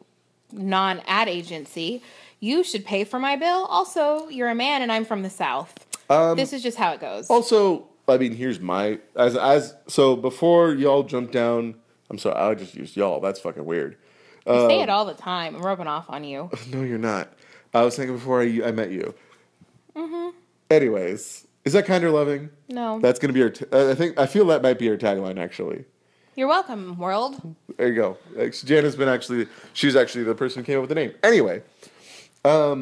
Speaker 2: non ad agency, you should pay for my bill. Also, you're a man and I'm from the South. this is just how it goes.
Speaker 1: Also, I mean, here's my as as so before y'all jump down. I'm sorry, I just used y'all. That's fucking weird.
Speaker 2: I say it all the time. I'm rubbing off on you.
Speaker 1: No, you're not. I was thinking before I, I met you. Mm-hmm. Anyways, is that kind or loving?
Speaker 2: No.
Speaker 1: That's gonna be our. T- I think I feel that might be our tagline actually.
Speaker 2: You're welcome, world.
Speaker 1: There you go. Like, Jana's been actually. She's actually the person who came up with the name. Anyway, um, the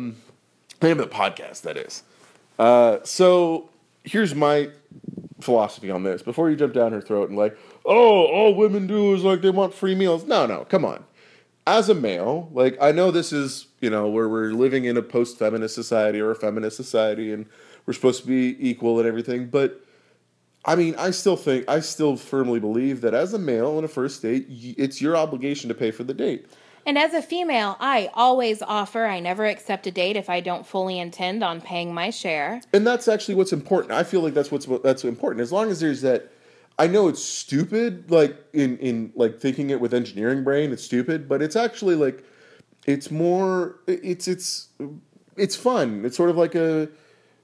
Speaker 1: name of the podcast that is. Uh, so here's my philosophy on this. Before you jump down her throat and like, oh, all women do is like they want free meals. No, no, come on. As a male, like I know this is you know where we're living in a post-feminist society or a feminist society, and we're supposed to be equal and everything, but. I mean, I still think, I still firmly believe that as a male on a first date, y- it's your obligation to pay for the date.
Speaker 2: And as a female, I always offer, I never accept a date if I don't fully intend on paying my share.
Speaker 1: And that's actually what's important. I feel like that's what's that's important. As long as there's that, I know it's stupid, like in in like thinking it with engineering brain, it's stupid, but it's actually like, it's more, it's it's it's fun. It's sort of like a,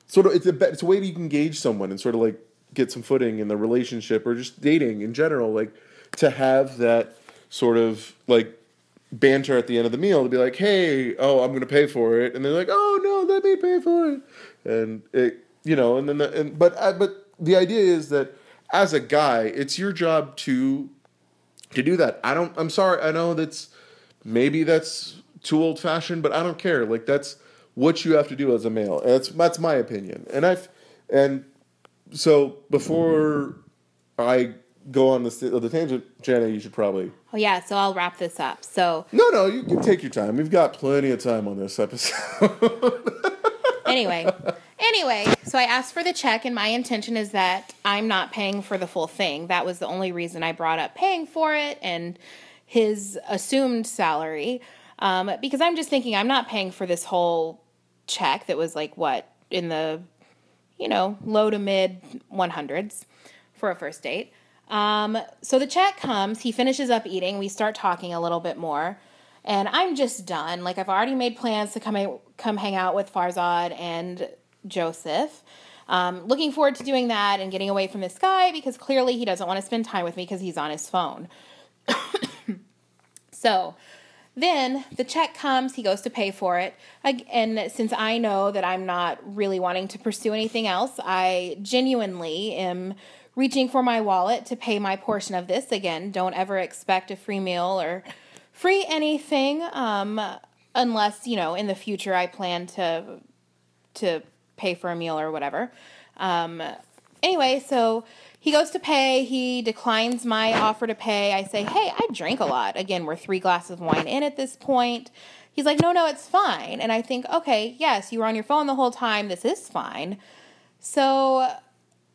Speaker 1: sort of it's a be- it's a way that you can gauge someone and sort of like get some footing in the relationship or just dating in general. Like to have that sort of like banter at the end of the meal to be like, "Hey, oh, I'm going to pay for it," and they're like, "Oh no, let me pay for it," and it, you know, and then the, and but uh, but the idea is that as a guy, it's your job to to do that. I don't. I'm sorry. I know that's maybe that's too old fashioned, but I don't care. Like that's what you have to do as a male. And that's that's my opinion. And I've and so before I go on this the tangent, Jenna, you should probably
Speaker 2: Oh, yeah, so I'll wrap this up. So,
Speaker 1: no, no, you can take your time. We've got plenty of time on this episode.
Speaker 2: anyway, anyway, So I asked for the check, and my intention is that I'm not paying for the full thing. That was the only reason I brought up paying for it and his assumed salary. Um, because I'm just thinking I'm not paying for this whole check that was like what in the you know low to mid 100s for a first date. Um, so the chat comes, he finishes up eating, we start talking a little bit more, and I'm just done. Like I've already made plans to come a- come hang out with Farzad and Joseph. Um, looking forward to doing that and getting away from this guy because clearly he doesn't want to spend time with me because he's on his phone. so then the check comes, he goes to pay for it. Ag- And since I know that I'm not really wanting to pursue anything else, I genuinely am reaching for my wallet to pay my portion of this. Again, don't ever expect a free meal or free anything um, unless, you know, in the future I plan to to pay for a meal or whatever. Um, anyway, so he goes to pay. He declines my offer to pay. I say, hey, I drink a lot. Again, we're three glasses of wine in at this point. He's like, no, no, it's fine. And I think, okay, yes, you were on your phone the whole time. This is fine. So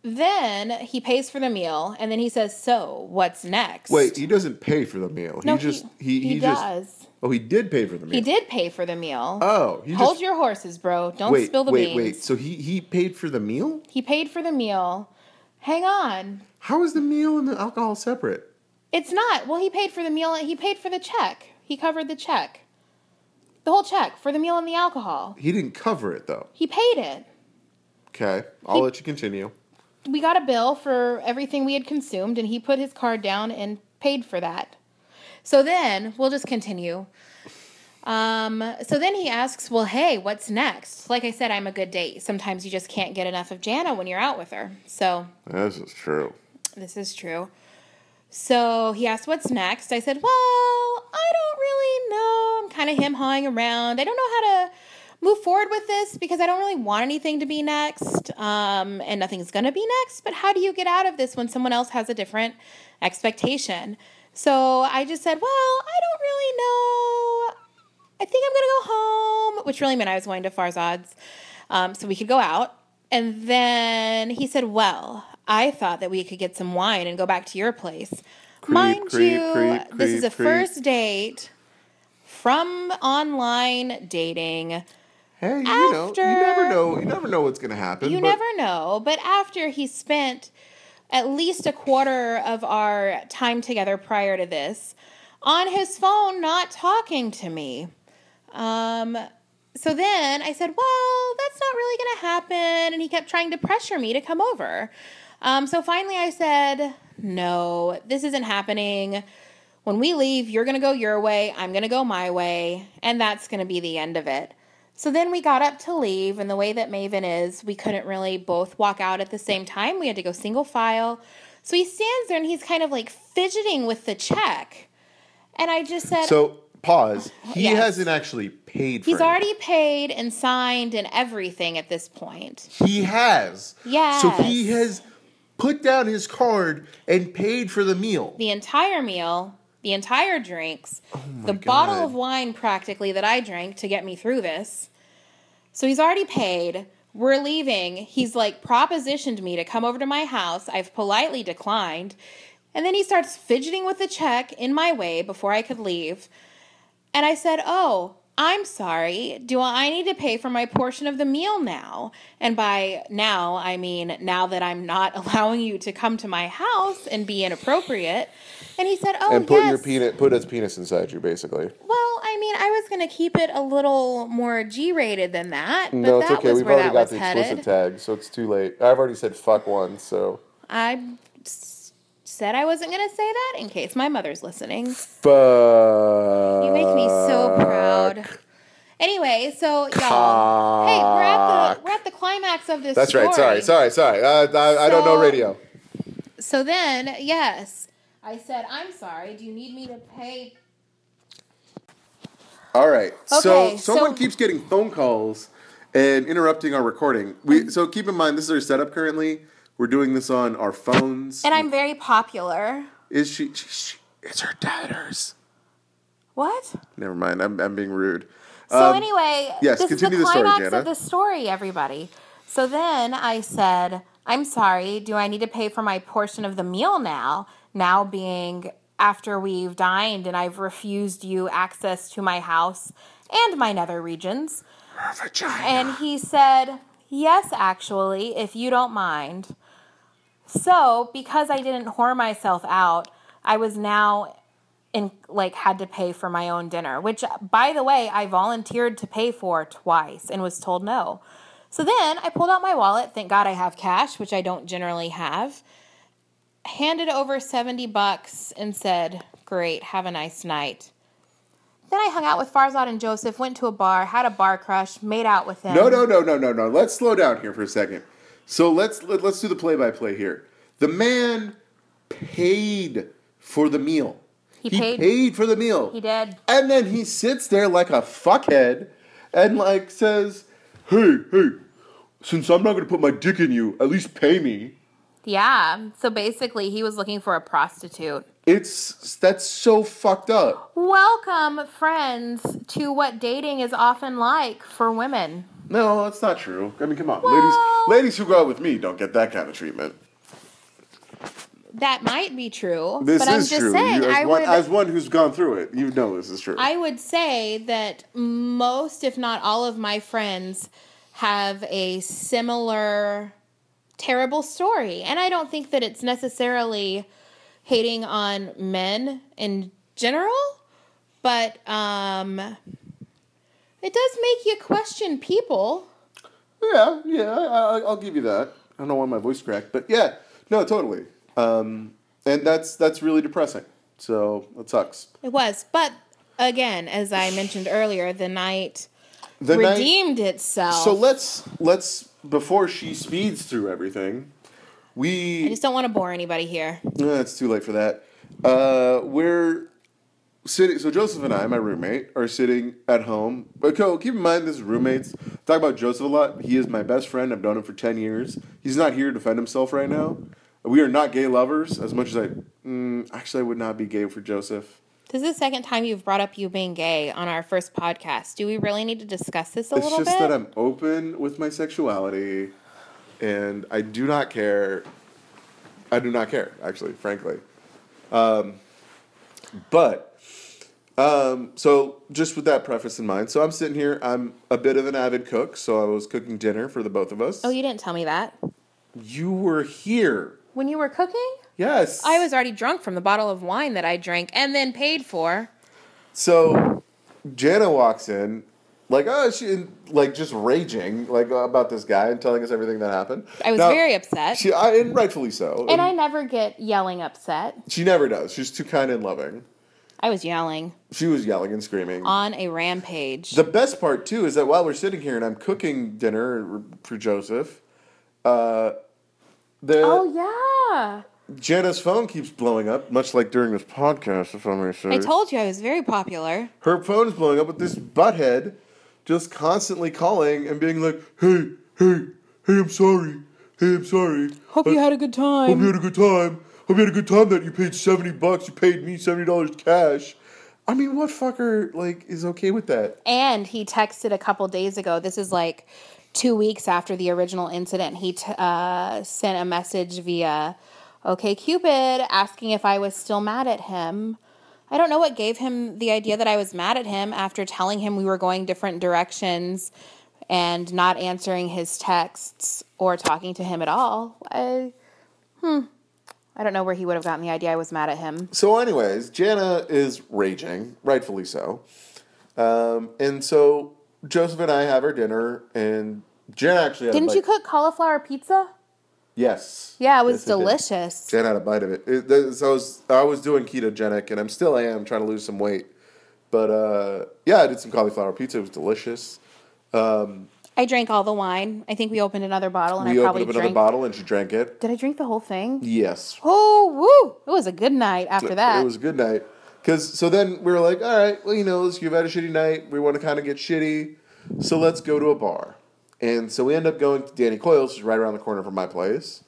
Speaker 2: then he pays for the meal and then he says, so what's next?
Speaker 1: Wait, he doesn't pay for the meal.
Speaker 2: No,
Speaker 1: he just he he, just
Speaker 2: does.
Speaker 1: oh he did pay for the meal.
Speaker 2: He did pay for the meal.
Speaker 1: Oh, he
Speaker 2: Hold
Speaker 1: just,
Speaker 2: your horses, bro. Don't
Speaker 1: wait
Speaker 2: spill the
Speaker 1: wait
Speaker 2: beans.
Speaker 1: wait. So he he paid for the meal.
Speaker 2: He paid for the meal. Hang on.
Speaker 1: How is the meal and the alcohol separate?
Speaker 2: It's not. Well, he paid for the meal. He paid for the check. He covered the check. The whole check for the meal and the alcohol.
Speaker 1: He didn't cover it though.
Speaker 2: He paid it.
Speaker 1: Okay, I'll
Speaker 2: He-
Speaker 1: let you continue.
Speaker 2: We got a bill for everything we had consumed, and he put his card down and paid for that. So then we'll just continue. Um, so then he asks, Well, hey, what's next? Like I said, I'm a good date. Sometimes you just can't get enough of Jana when you're out with her. So
Speaker 1: This is true.
Speaker 2: This is true. So he asked, What's next? I said, Well, I don't really know. I'm kind of him hawing around. I don't know how to move forward with this because I don't really want anything to be next. Um, and nothing's going to be next. But how do you get out of this when someone else has a different expectation? So I just said, Well, I don't really know. I think I'm gonna go home, which really meant I was going to Farzad's, um, so we could go out. And then he said, "Well, I thought that we could get some wine and go back to your place." Mind
Speaker 1: creep,
Speaker 2: you,
Speaker 1: creep,
Speaker 2: this is a
Speaker 1: creep, creep.
Speaker 2: first date from online dating.
Speaker 1: Hey, you know, you
Speaker 2: After-
Speaker 1: never know. You never know what's gonna happen.
Speaker 2: You
Speaker 1: but
Speaker 2: never know. But after he spent at least a quarter of our time together prior to this on his phone, not talking to me. Um, so then I said, Well, that's not really going to happen. And he kept trying to pressure me to come over. Um, so finally I said, No, this isn't happening. When we leave, you're going to go your way. I'm going to go my way. And that's going to be the end of it. So then we got up to leave, and the way that Maven is, we couldn't really both walk out at the same time. We had to go single file. So he stands there and he's kind of like fidgeting with the check. And I just said,
Speaker 1: So pause. He
Speaker 2: Oh, Yes.
Speaker 1: hasn't actually paid.
Speaker 2: He's
Speaker 1: for it.
Speaker 2: already paid and signed and everything at this point.
Speaker 1: He has. So he
Speaker 2: Yes.
Speaker 1: has put down his card and paid for the meal.
Speaker 2: The entire meal, the entire drinks, the bottle
Speaker 1: God.
Speaker 2: of wine practically that I drank to get me through this. So he's already paid. We're leaving. He's like propositioned me to come over to my house. I've politely declined. And then he starts fidgeting with the check in my way before I could leave. And I said, Oh, I'm sorry. Do I need to pay for my portion of the meal now? And by now, I mean now that I'm not allowing you to come to my house and be inappropriate. And he said, Oh,
Speaker 1: and put
Speaker 2: yes.
Speaker 1: your penis, put his penis inside you, basically.
Speaker 2: Well, I mean, I was going to keep it a little more G rated than that, but
Speaker 1: no, it's
Speaker 2: that
Speaker 1: okay.
Speaker 2: was
Speaker 1: We've
Speaker 2: where
Speaker 1: already
Speaker 2: that
Speaker 1: got
Speaker 2: was
Speaker 1: the
Speaker 2: headed.
Speaker 1: explicit tag, so it's too late. I've already said fuck once, so
Speaker 2: I s- said I wasn't going to say that in case my mother's listening.
Speaker 1: fuck.
Speaker 2: You make me so proud. Anyway, so y'all, hey, we're at the
Speaker 1: Cock.
Speaker 2: we're at the climax of this.
Speaker 1: That's right. Sorry,
Speaker 2: story.
Speaker 1: sorry, sorry. Uh, I, I don't know
Speaker 2: So-
Speaker 1: radio.
Speaker 2: So then, yes, I said, I'm sorry. Do you need me to pay?
Speaker 1: All right. so
Speaker 2: Okay,
Speaker 1: someone
Speaker 2: so-
Speaker 1: keeps getting phone calls and interrupting our recording. We so keep in mind this is our setup currently. We're doing this on our phones.
Speaker 2: And I'm very popular.
Speaker 1: Is she? she, she it's her daughters.
Speaker 2: What?
Speaker 1: Never mind. I'm, I'm being rude.
Speaker 2: So
Speaker 1: Um,
Speaker 2: anyway,
Speaker 1: yes,
Speaker 2: this is the
Speaker 1: continue the story,
Speaker 2: climax
Speaker 1: Jana.
Speaker 2: of the story, everybody. So then I said, I'm sorry, do I need to pay for my portion of the meal now? Now being after we've dined and I've refused you access to my house and mine other regions. And he said, Yes, actually, if you don't mind. So, because I didn't whore myself out, I was now in like had to pay for my own dinner, which by the way, I volunteered to pay for twice and was told no. So then I pulled out my wallet. Thank God I have cash, which I don't generally have. Handed over 70 bucks and said, Great, have a nice night. Then I hung out with Farzad and Joseph, went to a bar, had a bar crush, made out with him.
Speaker 1: No, no, no, no, no, no. Let's slow down here for a second. So let's let, let's do the play-by-play here. The man paid for the meal.
Speaker 2: He paid.
Speaker 1: for the meal.
Speaker 2: He did.
Speaker 1: And then he sits there like a fuckhead and like says, "Hey, hey, since I'm not gonna put my dick in you, at least pay me."
Speaker 2: Yeah. So basically, he was looking for a prostitute.
Speaker 1: It's that's so fucked up.
Speaker 2: Welcome, friends, to what dating is often like for women.
Speaker 1: No, that's not true. I mean, come on,
Speaker 2: Well-
Speaker 1: ladies, ladies who go out with me don't get that kind of treatment.
Speaker 2: That might be true,
Speaker 1: This
Speaker 2: but
Speaker 1: is
Speaker 2: I'm just
Speaker 1: true.
Speaker 2: saying.
Speaker 1: you, as,
Speaker 2: I
Speaker 1: one,
Speaker 2: would,
Speaker 1: as one who's gone through it, you know this is true.
Speaker 2: I would say that most, if not all, of my friends have a similar terrible story. And I don't think that it's necessarily hating on men in general, but um, it does make you question people.
Speaker 1: Yeah, yeah, I, I- I'll give you that. I don't know why my voice cracked, but yeah, no, totally. Um, and that's that's really depressing. So it sucks.
Speaker 2: It was. But again, as I mentioned earlier, the night
Speaker 1: The night-
Speaker 2: redeemed itself.
Speaker 1: so let's let's before she speeds through everything,
Speaker 2: I
Speaker 1: we
Speaker 2: just don't want to bore anybody here.
Speaker 1: No, it's too late for that. Uh, we're sitting. So Joseph and I, my roommate, are sitting at home. But co- keep in mind, this is roommates. Talk about Joseph a lot. He is my best friend. I've known him for ten years. He's not here to defend himself right now. We are not gay lovers. As much as I, mm, actually, I would not be gay for Joseph.
Speaker 2: This is the second time you've brought up you being gay on our first podcast. Do we really need to discuss this a
Speaker 1: It's
Speaker 2: little
Speaker 1: just
Speaker 2: bit?
Speaker 1: that I'm open with my sexuality, and I do not care. I do not care, actually, frankly. Um, but um, so just with that preface in mind, so I'm sitting here. I'm a bit of an avid cook, so I was cooking dinner for the both of us.
Speaker 2: oh, you didn't tell me that.
Speaker 1: you were here.
Speaker 2: When you were cooking?
Speaker 1: Yes,
Speaker 2: I was already drunk from the bottle of wine that I drank and then paid for.
Speaker 1: So Jana walks in, like oh she like just raging like about this guy and telling us everything that happened.
Speaker 2: I was
Speaker 1: Now,
Speaker 2: very upset.
Speaker 1: She I, and rightfully so.
Speaker 2: and I never get yelling upset.
Speaker 1: She never does. She's too kind and loving.
Speaker 2: I was yelling
Speaker 1: She was yelling and screaming.
Speaker 2: on a rampage.
Speaker 1: The best part too is that while we're sitting here and I'm cooking dinner for Joseph, uh, the
Speaker 2: oh, yeah.
Speaker 1: Jana's phone keeps blowing up, much like during this podcast, if I may say.
Speaker 2: I told you I was very popular.
Speaker 1: Her phone's blowing up with this butthead just constantly calling and being like, "Hey, hey, hey, I'm sorry. Hey, I'm sorry.
Speaker 2: Hope
Speaker 1: I-
Speaker 2: you had a good
Speaker 1: Hope you
Speaker 2: time.
Speaker 1: had a good time. Hope you had a good time that you paid seventy bucks. You paid me seventy dollars cash. I mean, what fucker like is okay with that?
Speaker 2: And he texted a couple days ago. This is like two weeks after the original incident. He t- uh, sent a message via OK Cupid asking if I was still mad at him. I don't know what gave him the idea that I was mad at him after telling him we were going different directions and not answering his texts or talking to him at all. I, hmm. I don't know where he would have gotten the idea I was mad at him.
Speaker 1: So, anyways, Jana is raging, rightfully so. Um, and so Joseph and I have our dinner, and Jana actually had a
Speaker 2: Didn't
Speaker 1: bite.
Speaker 2: you cook cauliflower pizza?
Speaker 1: Yes.
Speaker 2: Yeah, it was
Speaker 1: Yes, I did.
Speaker 2: delicious.
Speaker 1: Jen had a bite of it. It- that- so I was I was doing ketogenic, and I'm still am trying to lose some weight. But uh, yeah, I did some cauliflower pizza. It was delicious.
Speaker 2: I drank all the wine. I think we opened another bottle and
Speaker 1: We
Speaker 2: I
Speaker 1: opened
Speaker 2: probably
Speaker 1: up another
Speaker 2: drank.
Speaker 1: bottle, and she drank it.
Speaker 2: Did I drink the whole thing?
Speaker 1: Yes,
Speaker 2: Oh, woo! It was a good night after that.
Speaker 1: It was a good night. Cause so then we were like, all right, well you know, you've had a shitty night. We want to kind of get shitty, so let's go to a bar. And so we end up going to Danny Coyle's, which is right around the corner from my place.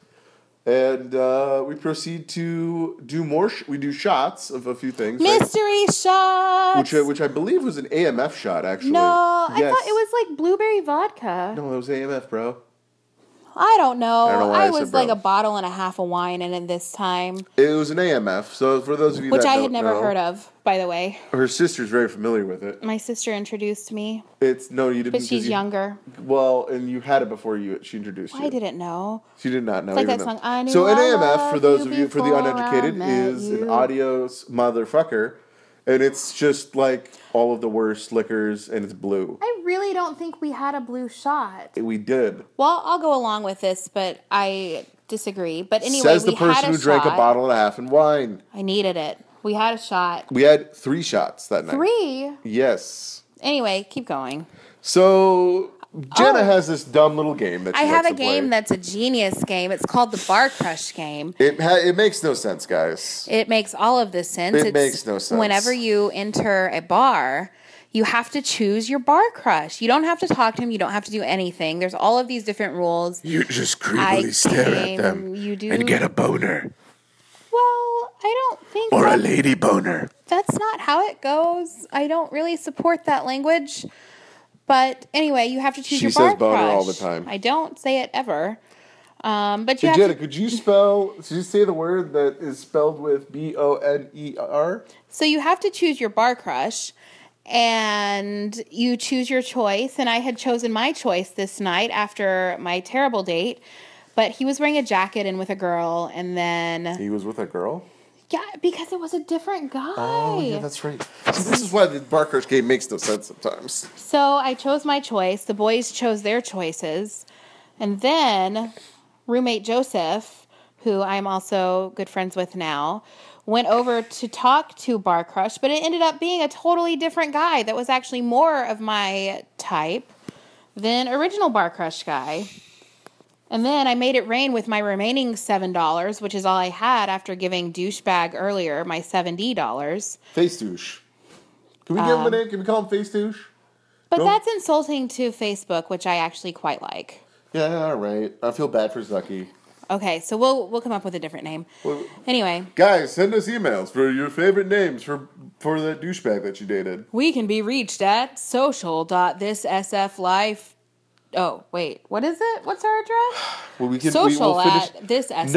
Speaker 1: And uh, we proceed to do more. Sh- we do shots of a few things. right?
Speaker 2: Mystery shot.
Speaker 1: which I, which I believe was an AMF shot actually.
Speaker 2: no, I
Speaker 1: Yes.
Speaker 2: thought it was like blueberry vodka.
Speaker 1: No, it was AMF, bro.
Speaker 2: I don't know.
Speaker 1: I don't know why
Speaker 2: I,
Speaker 1: I said
Speaker 2: was like
Speaker 1: bro.
Speaker 2: a bottle and a half of wine in it this time,
Speaker 1: It was an AMF. So for those of you
Speaker 2: which
Speaker 1: that
Speaker 2: I
Speaker 1: don't
Speaker 2: had never
Speaker 1: know,
Speaker 2: heard of, by the way.
Speaker 1: her sister's very familiar with it.
Speaker 2: My sister introduced me,
Speaker 1: It's no, you didn't.
Speaker 2: but
Speaker 1: 'cause
Speaker 2: she's
Speaker 1: you-
Speaker 2: younger.
Speaker 1: Well, and you had it before you. She introduced you.
Speaker 2: I didn't know.
Speaker 1: She did not know.
Speaker 2: like
Speaker 1: even
Speaker 2: that
Speaker 1: though-
Speaker 2: song, "I knew
Speaker 1: so an
Speaker 2: I
Speaker 1: AMF, for
Speaker 2: loved
Speaker 1: those
Speaker 2: you
Speaker 1: of you, for the
Speaker 2: before I
Speaker 1: uneducated,
Speaker 2: met
Speaker 1: is an
Speaker 2: you.
Speaker 1: audio s- motherfucker, and it's just like all of the worst liquors, and it's blue.
Speaker 2: I really don't think we had a blue shot.
Speaker 1: We did.
Speaker 2: Well, I'll go along with this, but I disagree. But anyway,
Speaker 1: Says the
Speaker 2: we had
Speaker 1: person
Speaker 2: a
Speaker 1: who drank
Speaker 2: shot.
Speaker 1: a bottle and a half in wine.
Speaker 2: I needed it. We had a shot.
Speaker 1: We had three shots that night.
Speaker 2: Three.
Speaker 1: Yes.
Speaker 2: Anyway, keep going.
Speaker 1: So Jenna
Speaker 2: Oh.
Speaker 1: has this dumb little game that she
Speaker 2: I have
Speaker 1: likes
Speaker 2: a
Speaker 1: to play.
Speaker 2: game that's a genius game. It's called the Bar Crush game.
Speaker 1: it ha- it makes no sense, guys.
Speaker 2: It makes all of this sense.
Speaker 1: It makes no sense.
Speaker 2: Whenever you enter a bar, you have to choose your bar crush. You don't have to talk to him. You don't have to do anything. There's all of these different rules.
Speaker 1: You just
Speaker 2: I came. You do.
Speaker 1: a boner
Speaker 2: well, I don't think that-
Speaker 1: lady boner.
Speaker 2: that's not how it goes. I don't really support that language. But anyway, you have to choose
Speaker 1: She
Speaker 2: your bar
Speaker 1: says boner
Speaker 2: crush.
Speaker 1: all the time.
Speaker 2: I don't say it ever. Um, but you
Speaker 1: Hey,
Speaker 2: have
Speaker 1: Jenna,
Speaker 2: to,
Speaker 1: could you spell? Did you say the word that is spelled with B O N E R?
Speaker 2: so you have to choose your bar crush and you choose your choice and I had chosen my choice this night after my terrible date. But he was wearing a jacket and with a girl and then
Speaker 1: He was with a girl.
Speaker 2: yeah, because it was a different guy.
Speaker 1: Oh, yeah, that's right. See, this is why the bar crush game makes no sense sometimes.
Speaker 2: So I chose my choice. The boys chose their choices. And then roommate Joseph, who I'm also good friends with now, went over to talk to Bar Crush, but it ended up being a totally different guy that was actually more of my type than original Bar Crush guy. And then I made it rain with my remaining $7, which is all I had after giving douchebag earlier my $70.
Speaker 1: Face douche. Can we give him a name? Can we call him Face douche?
Speaker 2: But
Speaker 1: Nope.
Speaker 2: that's insulting to Facebook, which I actually quite like.
Speaker 1: Yeah, all right. I feel bad for Zucky.
Speaker 2: Okay, so we'll we'll come up with a different name.
Speaker 1: Well-
Speaker 2: Anyway,
Speaker 1: Guys, send us emails for your favorite names for for that douchebag that you dated.
Speaker 2: we can be reached at social.thisSFlife. Oh, wait, what is it? What's our address?
Speaker 1: Well, we can
Speaker 2: Social
Speaker 1: we will finish.
Speaker 2: at thisSFlife.com.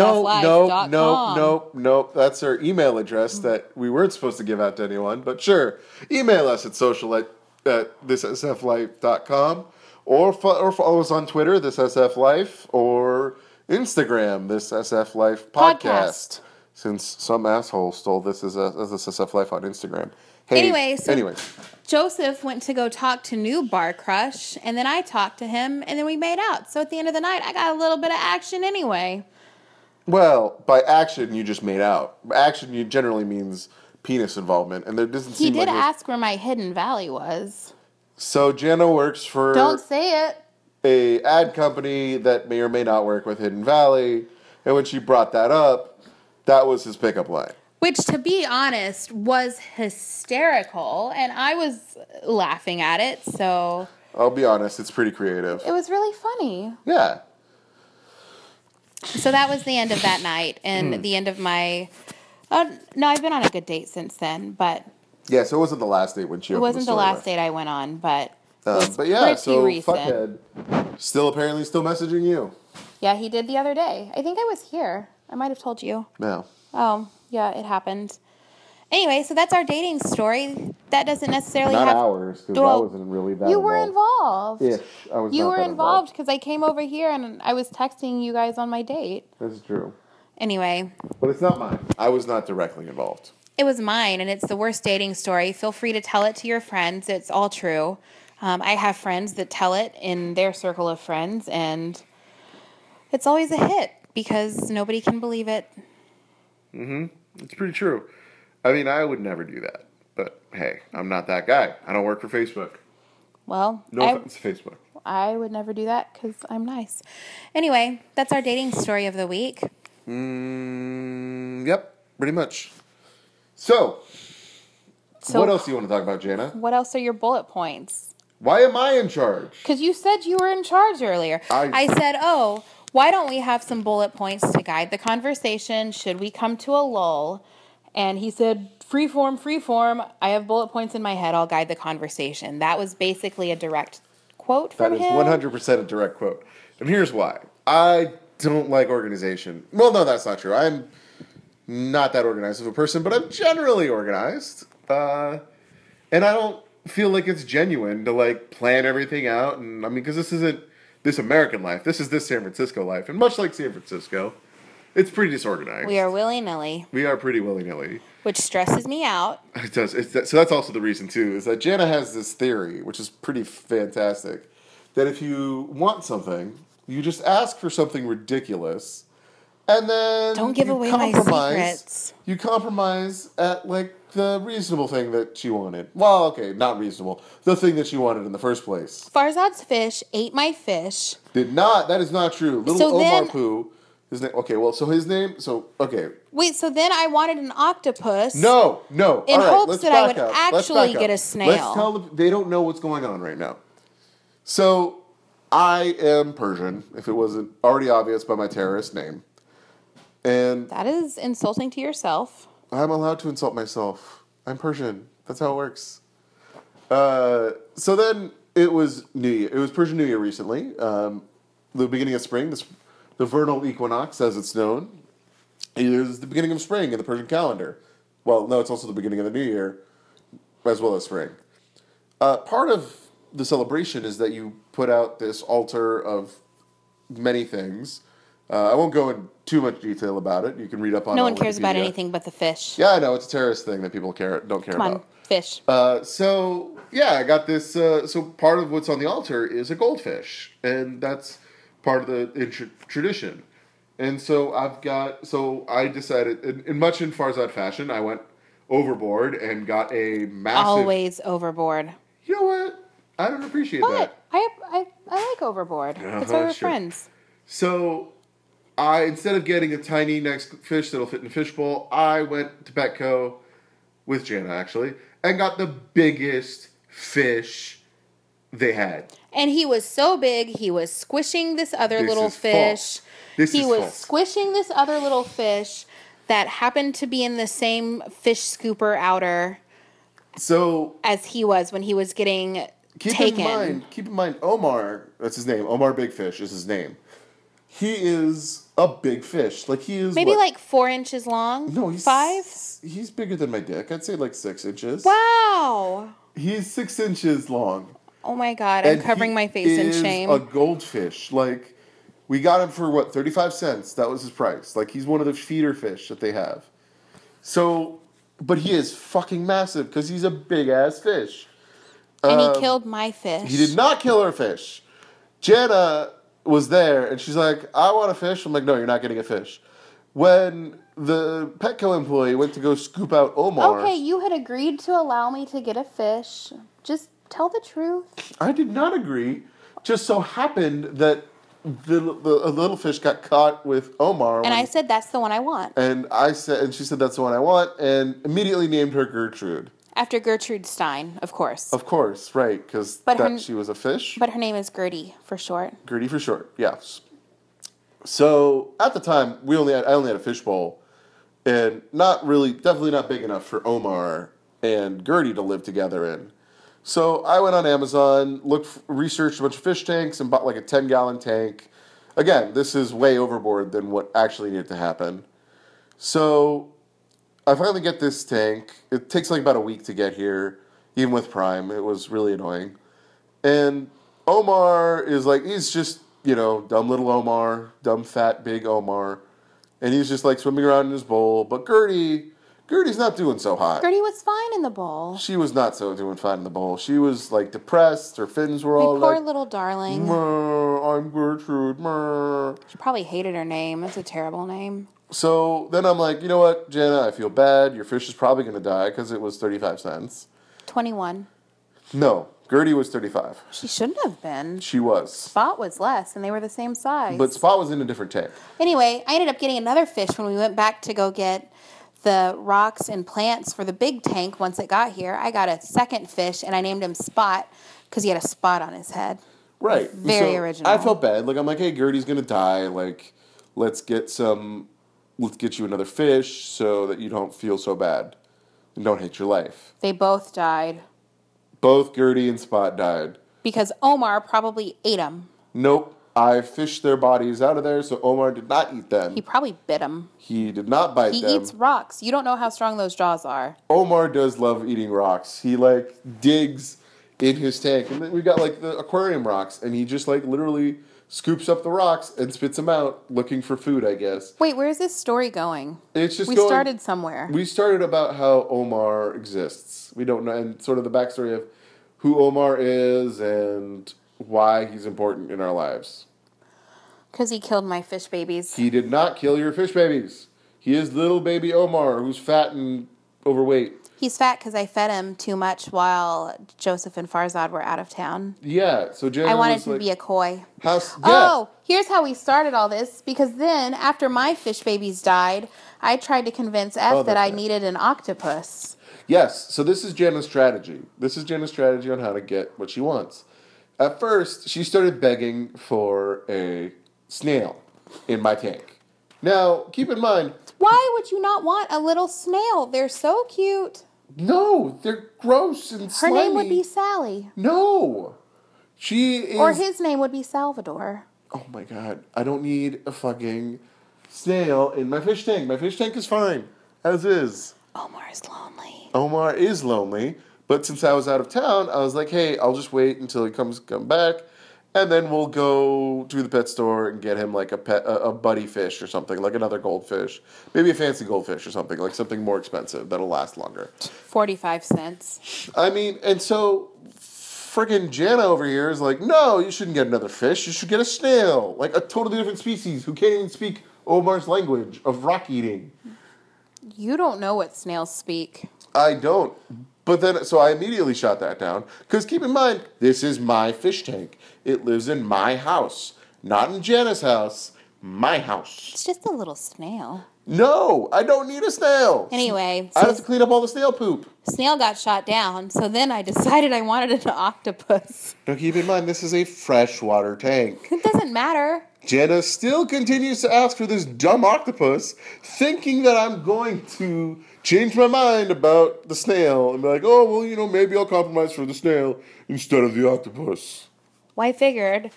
Speaker 1: No, no, no, no, no. That's our email address that we weren't supposed to give out to anyone, but sure. Email us at social at, at thisSFLife.com or, fo- or follow us on Twitter, this SF Life, or Instagram, this SF Life podcast.
Speaker 2: Podcast.
Speaker 1: Since some asshole stole this as a, this SF Life on Instagram. Hey,
Speaker 2: Anyway, so-
Speaker 1: anyway,
Speaker 2: Joseph went to go talk to new bar crush, and then I talked to him, and then we made out. So at the end of the night, I got a little bit of action anyway.
Speaker 1: well, by action you just made out. Action you generally means penis involvement, and there doesn't
Speaker 2: He
Speaker 1: seem
Speaker 2: did
Speaker 1: like there's-
Speaker 2: ask where my hidden valley was.
Speaker 1: So Jana works for
Speaker 2: Don't say it.
Speaker 1: a ad company that may or may not work with Hidden Valley. And when she brought that up, that was his pickup line.
Speaker 2: which to be honest was hysterical and i was laughing at it so
Speaker 1: I'll be honest, it's pretty creative.
Speaker 2: it was really funny
Speaker 1: Yeah.
Speaker 2: so that was the end of that night and the end of my uh, no i've been on a good date since then but
Speaker 1: Yeah, so it wasn't the last date when she
Speaker 2: it
Speaker 1: opened
Speaker 2: wasn't the
Speaker 1: store
Speaker 2: last
Speaker 1: there.
Speaker 2: date i went on but
Speaker 1: Um,
Speaker 2: was
Speaker 1: but yeah,
Speaker 2: pretty
Speaker 1: so
Speaker 2: recent.
Speaker 1: fuckhead still apparently still messaging you.
Speaker 2: yeah he did the other day i think i was here i might have told you
Speaker 1: No.
Speaker 2: oh yeah it happened anyway so that's our dating story that doesn't necessarily
Speaker 1: Not
Speaker 2: have
Speaker 1: ours, because I
Speaker 2: Well,
Speaker 1: wasn't really that
Speaker 2: you were involved
Speaker 1: Ish. I was
Speaker 2: You
Speaker 1: not
Speaker 2: were
Speaker 1: that
Speaker 2: involved because I came over here and I was texting you guys on my date.
Speaker 1: That's true.
Speaker 2: Anyway,
Speaker 1: But it's not mine. I was not directly involved.
Speaker 2: it was mine and it's the worst dating story. Feel free to tell it to your friends. It's all true. Um, I have friends that tell it in their circle of friends, and it's always a hit because nobody can believe it.
Speaker 1: It's pretty true. I mean, I would never do that. But hey, I'm not that guy. I don't work for Facebook.
Speaker 2: Well,
Speaker 1: No
Speaker 2: I,
Speaker 1: offense, Facebook.
Speaker 2: I would never do that because I'm nice. Anyway, that's our dating story of the week.
Speaker 1: Mm, yep, pretty much. So,
Speaker 2: So,
Speaker 1: what else do you want to talk about, Jana?
Speaker 2: What else are your bullet points?
Speaker 1: Why am I in charge?
Speaker 2: Because you said you were in charge earlier.
Speaker 1: I-
Speaker 2: I, said, oh, why don't we have some bullet points to guide the conversation? Should we come to a lull? And he said, free form, free form. I have bullet points in my head. I'll guide the conversation. That was basically a direct quote
Speaker 1: That
Speaker 2: from
Speaker 1: is
Speaker 2: him.
Speaker 1: 100% a direct quote. And here's why I don't like organization. Well, no, that's not true. I'm not that organized of a person, but I'm generally organized. Uh, and I don't feel like it's genuine to like plan everything out. And I mean, because this isn't this American life. This is this San Francisco life. And much like San Francisco, it's pretty disorganized.
Speaker 2: We are willy nilly,
Speaker 1: we are pretty willy nilly.
Speaker 2: which stresses me out.
Speaker 1: It does. It's that, so that's also the reason too is that Jana has this theory, which is pretty fantastic, that if you want something, you just ask for something ridiculous, and then
Speaker 2: Don't give
Speaker 1: you
Speaker 2: away my
Speaker 1: compromise-
Speaker 2: secrets.
Speaker 1: You compromise at like the reasonable thing that she wanted. Well, okay, not reasonable. The thing that she wanted in the first place
Speaker 2: Farzad's fish ate my fish.
Speaker 1: did not. That is not true. Little
Speaker 2: So
Speaker 1: Omar
Speaker 2: then-
Speaker 1: Poo. His name. Okay, well, so his name. So okay,
Speaker 2: Wait, so then I wanted an octopus.
Speaker 1: No, no.
Speaker 2: In
Speaker 1: All right,
Speaker 2: hopes
Speaker 1: let's
Speaker 2: that I
Speaker 1: back
Speaker 2: would
Speaker 1: up. Let's
Speaker 2: actually
Speaker 1: back up.
Speaker 2: get a
Speaker 1: Let's
Speaker 2: snail.
Speaker 1: tell the, they don't know what's going on right now. So I am Persian, if it wasn't already obvious by my terrorist name. And
Speaker 2: That is insulting to yourself.
Speaker 1: I'm allowed to insult myself. I'm Persian. That's how it works. Uh, so then it was New Year. It was Persian New Year recently. Um, the beginning of spring, this, the vernal equinox, as it's known, is the beginning of spring in the Persian calendar. Well, no, it's also the beginning of the new year, as well as spring. Uh, part of the celebration is that you put out this altar of many things. Uh, I won't go in too much detail about it. You can read up on. it
Speaker 2: no
Speaker 1: on
Speaker 2: one cares about
Speaker 1: Wikipedia.
Speaker 2: anything but the fish.
Speaker 1: Yeah, I know it's a terrorist thing that people care don't care
Speaker 2: Come on,
Speaker 1: about.
Speaker 2: fish.
Speaker 1: Uh, so yeah, I got this. Uh, so part of what's on the altar is a goldfish, and that's part of the intr tradition. And so I've got. So I decided, in, in much in Farzad fashion, I went overboard and got a massive.
Speaker 2: Always overboard.
Speaker 1: You know what? I don't appreciate that.
Speaker 2: What? I, I, I like overboard. That's why
Speaker 1: Uh-huh,
Speaker 2: we're
Speaker 1: sure.
Speaker 2: friends.
Speaker 1: So I instead of getting a tiny next fish that'll fit in a fishbowl, I went to Petco with Jana actually and got the biggest fish they had.
Speaker 2: And he was so big, he was squishing this other
Speaker 1: This
Speaker 2: little
Speaker 1: is
Speaker 2: fish.
Speaker 1: false. This
Speaker 2: he
Speaker 1: is
Speaker 2: was
Speaker 1: false.
Speaker 2: squishing this other little fish that happened to be in the same fish scooper outer
Speaker 1: So
Speaker 2: as he was when he was getting
Speaker 1: keep
Speaker 2: taken.
Speaker 1: in mind, keep in mind, Omar. That's his name. Omar Big Fish is his name. He is a big fish. Like he is
Speaker 2: Maybe
Speaker 1: what-
Speaker 2: like four inches long.
Speaker 1: no, he's
Speaker 2: five.
Speaker 1: He's bigger than my dick. I'd say like six inches.
Speaker 2: Wow.
Speaker 1: He's six inches long.
Speaker 2: Oh my god, I'm
Speaker 1: And
Speaker 2: covering
Speaker 1: he
Speaker 2: my face in
Speaker 1: is
Speaker 2: shame.
Speaker 1: A goldfish, like we got him for what thirty five cents. That was his price. Like he's one of the feeder fish that they have. So, but he is fucking massive because he's a big ass fish.
Speaker 2: and he killed my fish.
Speaker 1: uh, He did not kill her fish. Jana was there and she's like, I want a fish. I'm like, no, you're not getting a fish. When the Petco employee went to go scoop out Omar,
Speaker 2: Okay, you had agreed to allow me to get a fish. Just tell the truth.
Speaker 1: I did not agree. Just so happened that the, the a little fish got caught with Omar.
Speaker 2: And
Speaker 1: when-
Speaker 2: I said that's the one I want.
Speaker 1: and I said, and she said that's the one I want, and immediately named her Gertrude.
Speaker 2: After Gertrude Stein, of course.
Speaker 1: Of course, right? Because
Speaker 2: But
Speaker 1: that
Speaker 2: her-
Speaker 1: she was a fish,
Speaker 2: But her name is Gertie for short.
Speaker 1: Gertie for short. Yes. So at the time, we only had, I only had a fishbowl, and not really, definitely not big enough for Omar and Gertie to live together in. So I went on Amazon, looked, researched a bunch of fish tanks, and bought like a ten gallon tank. Again, this is way overboard than what actually needed to happen. So I finally get this tank. It takes like about a week to get here, even with Prime. It was really annoying. And Omar is like, he's just, you know, dumb little Omar, dumb fat big Omar. And he's just like swimming around in his bowl. But Gertie, Gertie's not doing so hot.
Speaker 2: Gertie was fine in the bowl.
Speaker 1: She was not so doing fine in the bowl. She was like depressed. Her fins were
Speaker 2: My
Speaker 1: all
Speaker 2: poor
Speaker 1: like,
Speaker 2: little darling.
Speaker 1: "Mer, I'm Gertrude. mer."
Speaker 2: She probably hated her name. That's a terrible name.
Speaker 1: So then I'm like, you know what, Jana, I feel bad. Your fish is probably going to die because it was 35 cents.
Speaker 2: 21.
Speaker 1: No, Gertie was 35.
Speaker 2: She shouldn't have been.
Speaker 1: She was.
Speaker 2: Spot was less, and they were the same size.
Speaker 1: But Spot was in a different tank.
Speaker 2: Anyway, I ended up getting another fish when we went back to go get the rocks and plants for the big tank once it got here. I got a second fish and I named him Spot because he had a spot on his head.
Speaker 1: Right.
Speaker 2: Very original.
Speaker 1: I felt bad. Like I'm like, hey, Gertie's gonna die. Like, let's get some let's get you another fish so that you don't feel so bad and don't hate your life.
Speaker 2: They both died
Speaker 1: Both Gertie and Spot died.
Speaker 2: because Omar probably ate them.
Speaker 1: Nope. I fished their bodies out of there, so Omar did not eat them.
Speaker 2: He
Speaker 1: He,
Speaker 2: probably bit him.
Speaker 1: did not bite
Speaker 2: He
Speaker 1: them.
Speaker 2: eats rocks. You don't know how strong those jaws are.
Speaker 1: Omar does love eating rocks. He like digs in his tank, and then we got like the aquarium rocks, and he just like literally scoops up the rocks and spits them out, looking for food. I guess
Speaker 2: Wait, where is this story going?
Speaker 1: it's just
Speaker 2: we
Speaker 1: going-
Speaker 2: started somewhere.
Speaker 1: We started about how Omar exists. We don't know, and sort of the backstory of who Omar is and why he's important in our lives.
Speaker 2: Because he killed my fish babies.
Speaker 1: He did not kill your fish babies. He is little baby Omar, who's fat and overweight.
Speaker 2: He's fat because I fed him too much while Joseph and Farzad were out of town.
Speaker 1: Yeah, so Jenna
Speaker 2: I wanted
Speaker 1: was
Speaker 2: to
Speaker 1: like,
Speaker 2: be a koi.
Speaker 1: house. Yeah.
Speaker 2: Oh, here's how we started all this. Because then, after my fish babies died, I tried to convince F
Speaker 1: Oh,
Speaker 2: that I
Speaker 1: that's right.
Speaker 2: needed an octopus.
Speaker 1: Yes, so this is Jenna's strategy. This is Jenna's strategy on how to get what she wants. At first, she started begging for a snail in my tank. Now, keep in mind,
Speaker 2: Why would you not want a little snail? They're so cute.
Speaker 1: no, they're gross and
Speaker 2: Her
Speaker 1: slimy.
Speaker 2: name would be Sally,
Speaker 1: no. She is.
Speaker 2: or his name would be Salvador.
Speaker 1: oh my god! I don't need a fucking snail in my fish tank. My fish tank is fine as is.
Speaker 2: Omar is lonely.
Speaker 1: Omar is lonely, but since I was out of town, I was like, hey, I'll just wait until he comes come back, and then we'll go to the pet store and get him like a pet a, a buddy fish or something, like another goldfish, maybe a fancy goldfish or something, like something more expensive that'll last longer.
Speaker 2: 45 cents.
Speaker 1: I mean, and so friggin' Jana over here is like, no, you shouldn't get another fish. You should get a snail, like a totally different species who can't even speak Omar's language of rock eating.
Speaker 2: You don't know what snails speak.
Speaker 1: I don't. But then, so I immediately shot that down. Because keep in mind, this is my fish tank. It lives in my house, not in Jana's house. My house.
Speaker 2: It's just a little snail.
Speaker 1: No, I don't need a snail.
Speaker 2: Anyway,
Speaker 1: I
Speaker 2: so
Speaker 1: have to clean up all the snail poop.
Speaker 2: snail got shot down, so then I decided I wanted an octopus.
Speaker 1: Now keep in mind, this is a freshwater tank.
Speaker 2: It doesn't matter.
Speaker 1: Jana still continues to ask for this dumb octopus, thinking that I'm going to change my mind about the snail and be like, oh, well, you know, maybe I'll compromise for the snail instead of the octopus.
Speaker 2: Why figured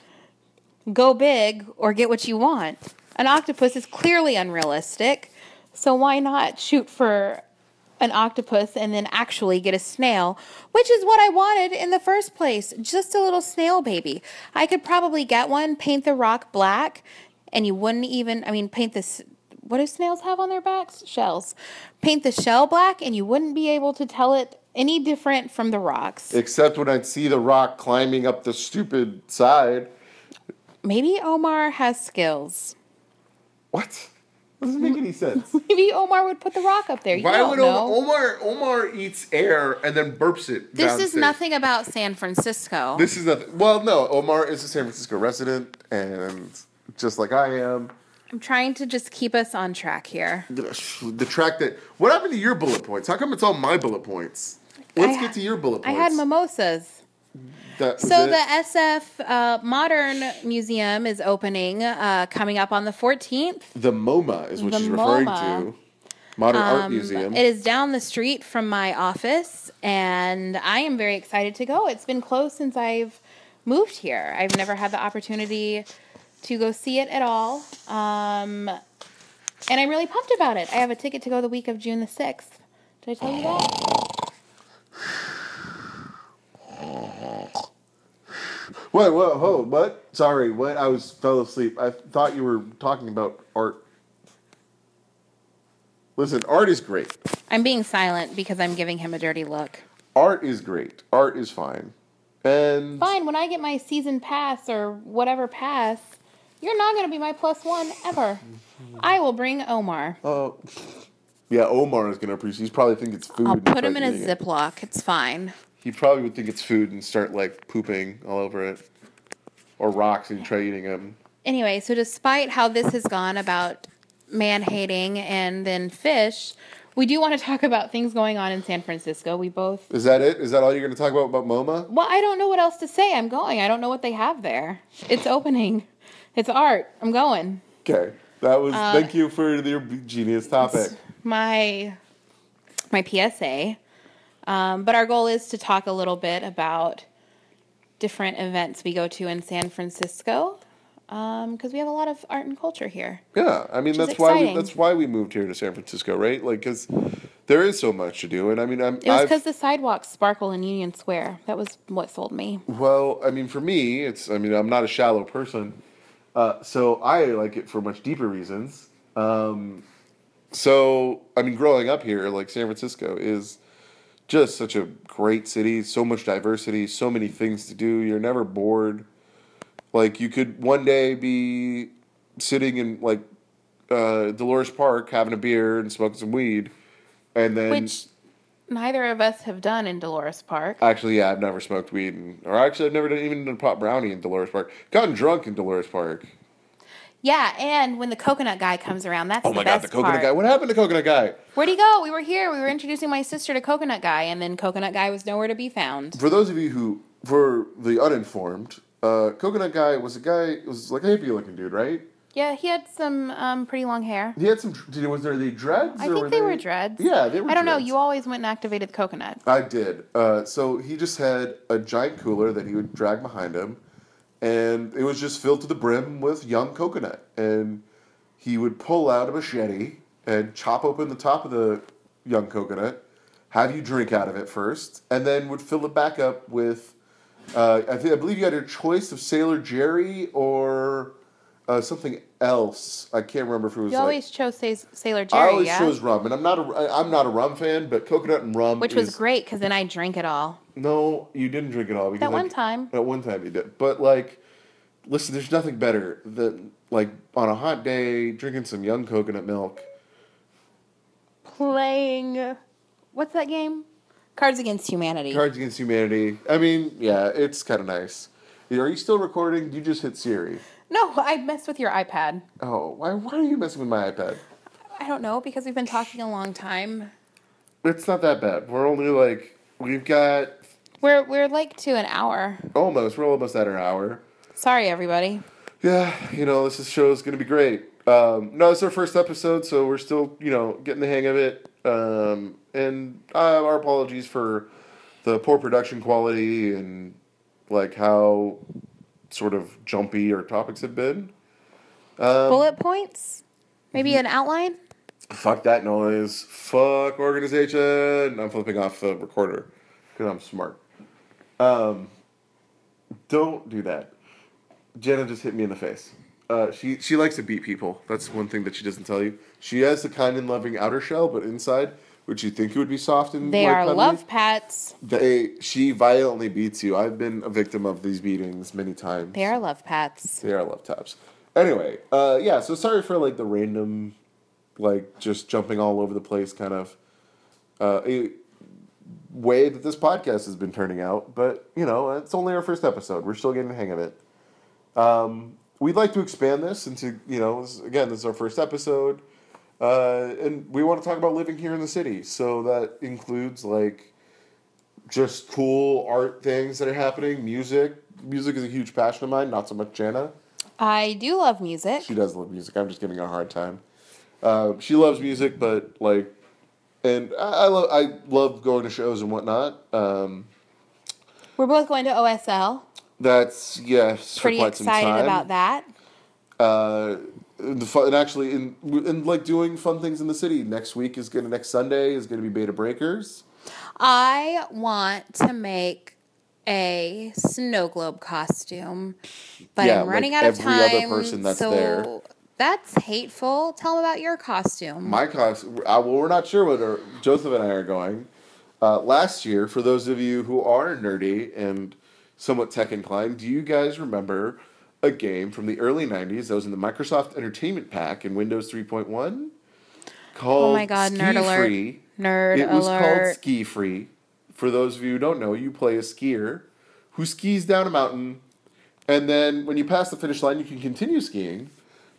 Speaker 2: go big or get what you want. An octopus is clearly unrealistic, so why not shoot for an octopus and then actually get a snail, which is what I wanted in the first place. Just a little snail baby. I could probably get one, paint the rock black, and you wouldn't even, I mean, paint this. What do snails have on their backs? Shells. Paint the shell black, and you wouldn't be able to tell it any different from the rocks.
Speaker 1: Except when I'd see the rock climbing up the stupid side.
Speaker 2: Maybe Omar has skills.
Speaker 1: What? Doesn't make any sense.
Speaker 2: Maybe Omar would put the rock up there. You
Speaker 1: Why
Speaker 2: don't
Speaker 1: would
Speaker 2: know.
Speaker 1: Omar, Omar Omar eats air and then burps it?
Speaker 2: this is
Speaker 1: downstairs?
Speaker 2: nothing about San Francisco.
Speaker 1: This is nothing. Well, no, Omar is a San Francisco resident, and just like I am,
Speaker 2: I'm trying to just keep us on track here.
Speaker 1: the track that. What happened to your bullet points? How come it's all my bullet points? Let's
Speaker 2: I
Speaker 1: get
Speaker 2: ha-
Speaker 1: to your bullet
Speaker 2: I
Speaker 1: points.
Speaker 2: had mimosas.
Speaker 1: That was
Speaker 2: So
Speaker 1: it.
Speaker 2: the SF uh, Modern Museum is opening, uh, coming up on the 14th.
Speaker 1: the MoMA is what
Speaker 2: The
Speaker 1: she's referring
Speaker 2: MoMA.
Speaker 1: to. Modern Art
Speaker 2: Um,
Speaker 1: Museum.
Speaker 2: It is down the street from my office, and I am very excited to go. It's been closed since I've moved here. I've never had the opportunity to go see it at all. Um, and I'm really pumped about it. I have a ticket to go the week of June the 6th. Did I tell you that?
Speaker 1: Whoa, whoa, whoa, what? Sorry, what? I was fell asleep. I thought you were talking about art. Listen, art is great.
Speaker 2: I'm being silent because I'm giving him a dirty look.
Speaker 1: Art is great. Art is fine. And
Speaker 2: Fine, when I get my season pass or whatever pass, you're not going to be my plus one ever.
Speaker 1: Mm-hmm.
Speaker 2: I will bring Omar.
Speaker 1: uh, yeah, Omar is gonna appreciate. He's probably think it's food.
Speaker 2: I'll
Speaker 1: and
Speaker 2: put him
Speaker 1: start
Speaker 2: in a
Speaker 1: eating it.
Speaker 2: Ziploc. It's fine.
Speaker 1: He probably would think it's food and start like pooping all over it, or rocks and try eating them.
Speaker 2: Anyway, so despite how this has gone about man hating and then fish, we do want to talk about things going on in San Francisco. We both.
Speaker 1: Is that it? Is that all you're gonna talk about about MoMA?
Speaker 2: Well, I don't know what else to say. I'm going. I don't know what they have there. It's opening. It's art. I'm going.
Speaker 1: Okay, that was.
Speaker 2: Uh,
Speaker 1: thank you for your genius topic.
Speaker 2: My my PSA. Um, but our goal is to talk a little bit about different events we go to in San Francisco. because we have a lot of art and culture here.
Speaker 1: Yeah, I mean
Speaker 2: is
Speaker 1: that's why we,
Speaker 2: exciting.
Speaker 1: that's why we moved here to San Francisco, right? Like, because there is so much to do, and I mean, I'm
Speaker 2: It was
Speaker 1: I've-
Speaker 2: because the sidewalks sparkle in Union Square. That was what sold me.
Speaker 1: Well, I mean, for me, it's I mean, I'm not a shallow person, uh, so I like it for much deeper reasons. Um, so, I mean, growing up here, like San Francisco is just such a great city. So much diversity, so many things to do. You're never bored. Like you could one day be sitting in like uh, Dolores Park having a beer and smoking some weed, and then
Speaker 2: Which neither of us have done in Dolores Park.
Speaker 1: Actually, yeah, I've never smoked weed, in, or actually, I've never done, even done pop brownie in Dolores Park. Gotten drunk in Dolores Park.
Speaker 2: yeah, and when the coconut guy comes around, that's
Speaker 1: Oh
Speaker 2: the
Speaker 1: my god,
Speaker 2: best
Speaker 1: the coconut
Speaker 2: part.
Speaker 1: guy! What happened to coconut guy?
Speaker 2: Where'd he go? We were here. We were introducing my sister to Coconut Guy, and then Coconut Guy was nowhere to be found.
Speaker 1: For those of you who, for the uninformed, uh, coconut guy was a guy was like a hippie looking dude, right?
Speaker 2: Yeah, he had some um, pretty long hair.
Speaker 1: He had some. Did, was there the dreads?
Speaker 2: I
Speaker 1: or
Speaker 2: think they, were dreads.
Speaker 1: Yeah, they were.
Speaker 2: I don't know.
Speaker 1: dreads.
Speaker 2: You always went and activated the coconut.
Speaker 1: I did. Uh, so he just had a giant cooler that he would drag behind him, and it was just filled to the brim with young coconut. And he would pull out a machete and chop open the top of the young coconut, have you drink out of it first, and then would fill it back up with. Uh, I think I believe you had a choice of Sailor Jerry or uh, something else. I can't remember if it was.
Speaker 2: You
Speaker 1: like,
Speaker 2: always chose Sa- Sailor
Speaker 1: I
Speaker 2: Jerry,
Speaker 1: always
Speaker 2: yeah?
Speaker 1: chose rum, and I'm not a I- I'm not a rum fan, but coconut and rum,
Speaker 2: Which was
Speaker 1: is-
Speaker 2: great because then I drank it all.
Speaker 1: no, you didn't drink it all. Because
Speaker 2: That one
Speaker 1: I-
Speaker 2: time.
Speaker 1: At one time you did. But like, listen, there's nothing better than like on a hot day drinking some young coconut milk.
Speaker 2: Playing. What's that game? Cards Against Humanity.
Speaker 1: Cards Against Humanity. I mean, yeah, it's kind of nice. Are you still recording? You just hit Siri.
Speaker 2: no, I messed with your iPad.
Speaker 1: Oh, why? Why are you messing with my iPad?
Speaker 2: I don't know because we've been talking a long time.
Speaker 1: It's not that bad. We're only like we've got
Speaker 2: We're we're like to an hour.
Speaker 1: almost. We're almost at an hour.
Speaker 2: Sorry, everybody.
Speaker 1: Yeah, you know this is- show is gonna be great. Um, no, it's our first episode, so we're still you know getting the hang of it. Um, and uh, our apologies for the poor production quality and like how sort of jumpy our topics have been. Um,
Speaker 2: Bullet points? Maybe an outline?
Speaker 1: Fuck that noise. Fuck organization. I'm flipping off the recorder because I'm smart. Um, don't do that. Jenna just hit me in the face. Uh, she she likes to beat people. That's one thing that she doesn't tell you. She has the kind and loving outer shell, but inside, which you think it would be soft and
Speaker 2: They
Speaker 1: like,
Speaker 2: are
Speaker 1: cuddly,
Speaker 2: love pats.
Speaker 1: They she violently beats you. I've been a victim of these beatings many times.
Speaker 2: They are love pats.
Speaker 1: They are love taps. Anyway, uh, yeah. So sorry for like the random, like just jumping all over the place kind of uh, eh, way that this podcast has been turning out. But you know, it's only our first episode. We're still getting the hang of it. Um, we'd like to expand this into you know this, again this is our first episode, uh, and we want to talk about living here in the city. So that includes like just cool art things that are happening, music. Music is a huge passion of mine. Not so much Jana.
Speaker 2: I do love music.
Speaker 1: She does love music. I'm just giving her a hard time. Um, she loves music, but like, and I, I love I love going to shows and whatnot. Um,
Speaker 2: We're both going to OSL.
Speaker 1: that's yes,
Speaker 2: Pretty
Speaker 1: for quite
Speaker 2: excited
Speaker 1: some time.
Speaker 2: about that.
Speaker 1: Uh, the fun, and actually, in and like doing fun things in the city. Next week is gonna next Sunday is gonna be Beta Breakers.
Speaker 2: I want to make a snow globe costume, but
Speaker 1: Yeah,
Speaker 2: I'm running
Speaker 1: like
Speaker 2: out of
Speaker 1: every
Speaker 2: time.
Speaker 1: other person that's
Speaker 2: so
Speaker 1: there.
Speaker 2: that's hateful. Tell them about your costume.
Speaker 1: My cost. I, well, we're not sure whether Joseph and I are going. Uh, last year, for those of you who are nerdy and somewhat tech inclined, do you guys remember a game from the early '90s that was in the Microsoft Entertainment Pack in Windows 3.1 called
Speaker 2: oh my god,
Speaker 1: Ski
Speaker 2: nerd alert.
Speaker 1: Free?
Speaker 2: Nerd
Speaker 1: it was
Speaker 2: alert.
Speaker 1: called Ski Free. For those of you who don't know, you play a skier who skis down a mountain, and then when you pass the finish line, you can continue skiing.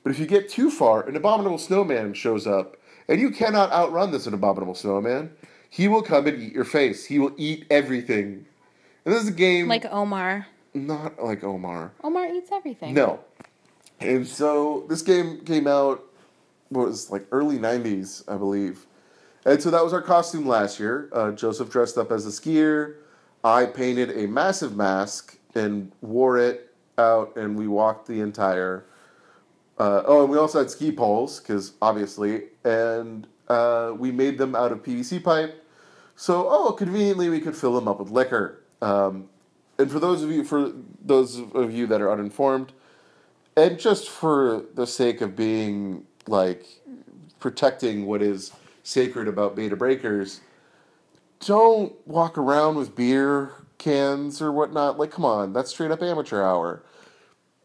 Speaker 1: But if you get too far, an abominable snowman shows up, and you cannot outrun this abominable snowman. He will come and eat your face. He will eat everything. And this is a game
Speaker 2: like Omar.
Speaker 1: not like Omar.
Speaker 2: Omar eats everything.
Speaker 1: No. And so this game came out what was like early '90s, I believe. And so that was our costume last year. Uh, Joseph dressed up as a skier. I painted a massive mask and wore it out and we walked the entire. Uh, oh, and we also had ski poles because obviously, and uh, we made them out of PVC pipe. So, oh, conveniently, we could fill them up with liquor. Um, and for those of you, for those of you that are uninformed, and just for the sake of being like protecting what is sacred about beta breakers, don't walk around with beer cans or whatnot. Like, come on, that's straight up amateur hour.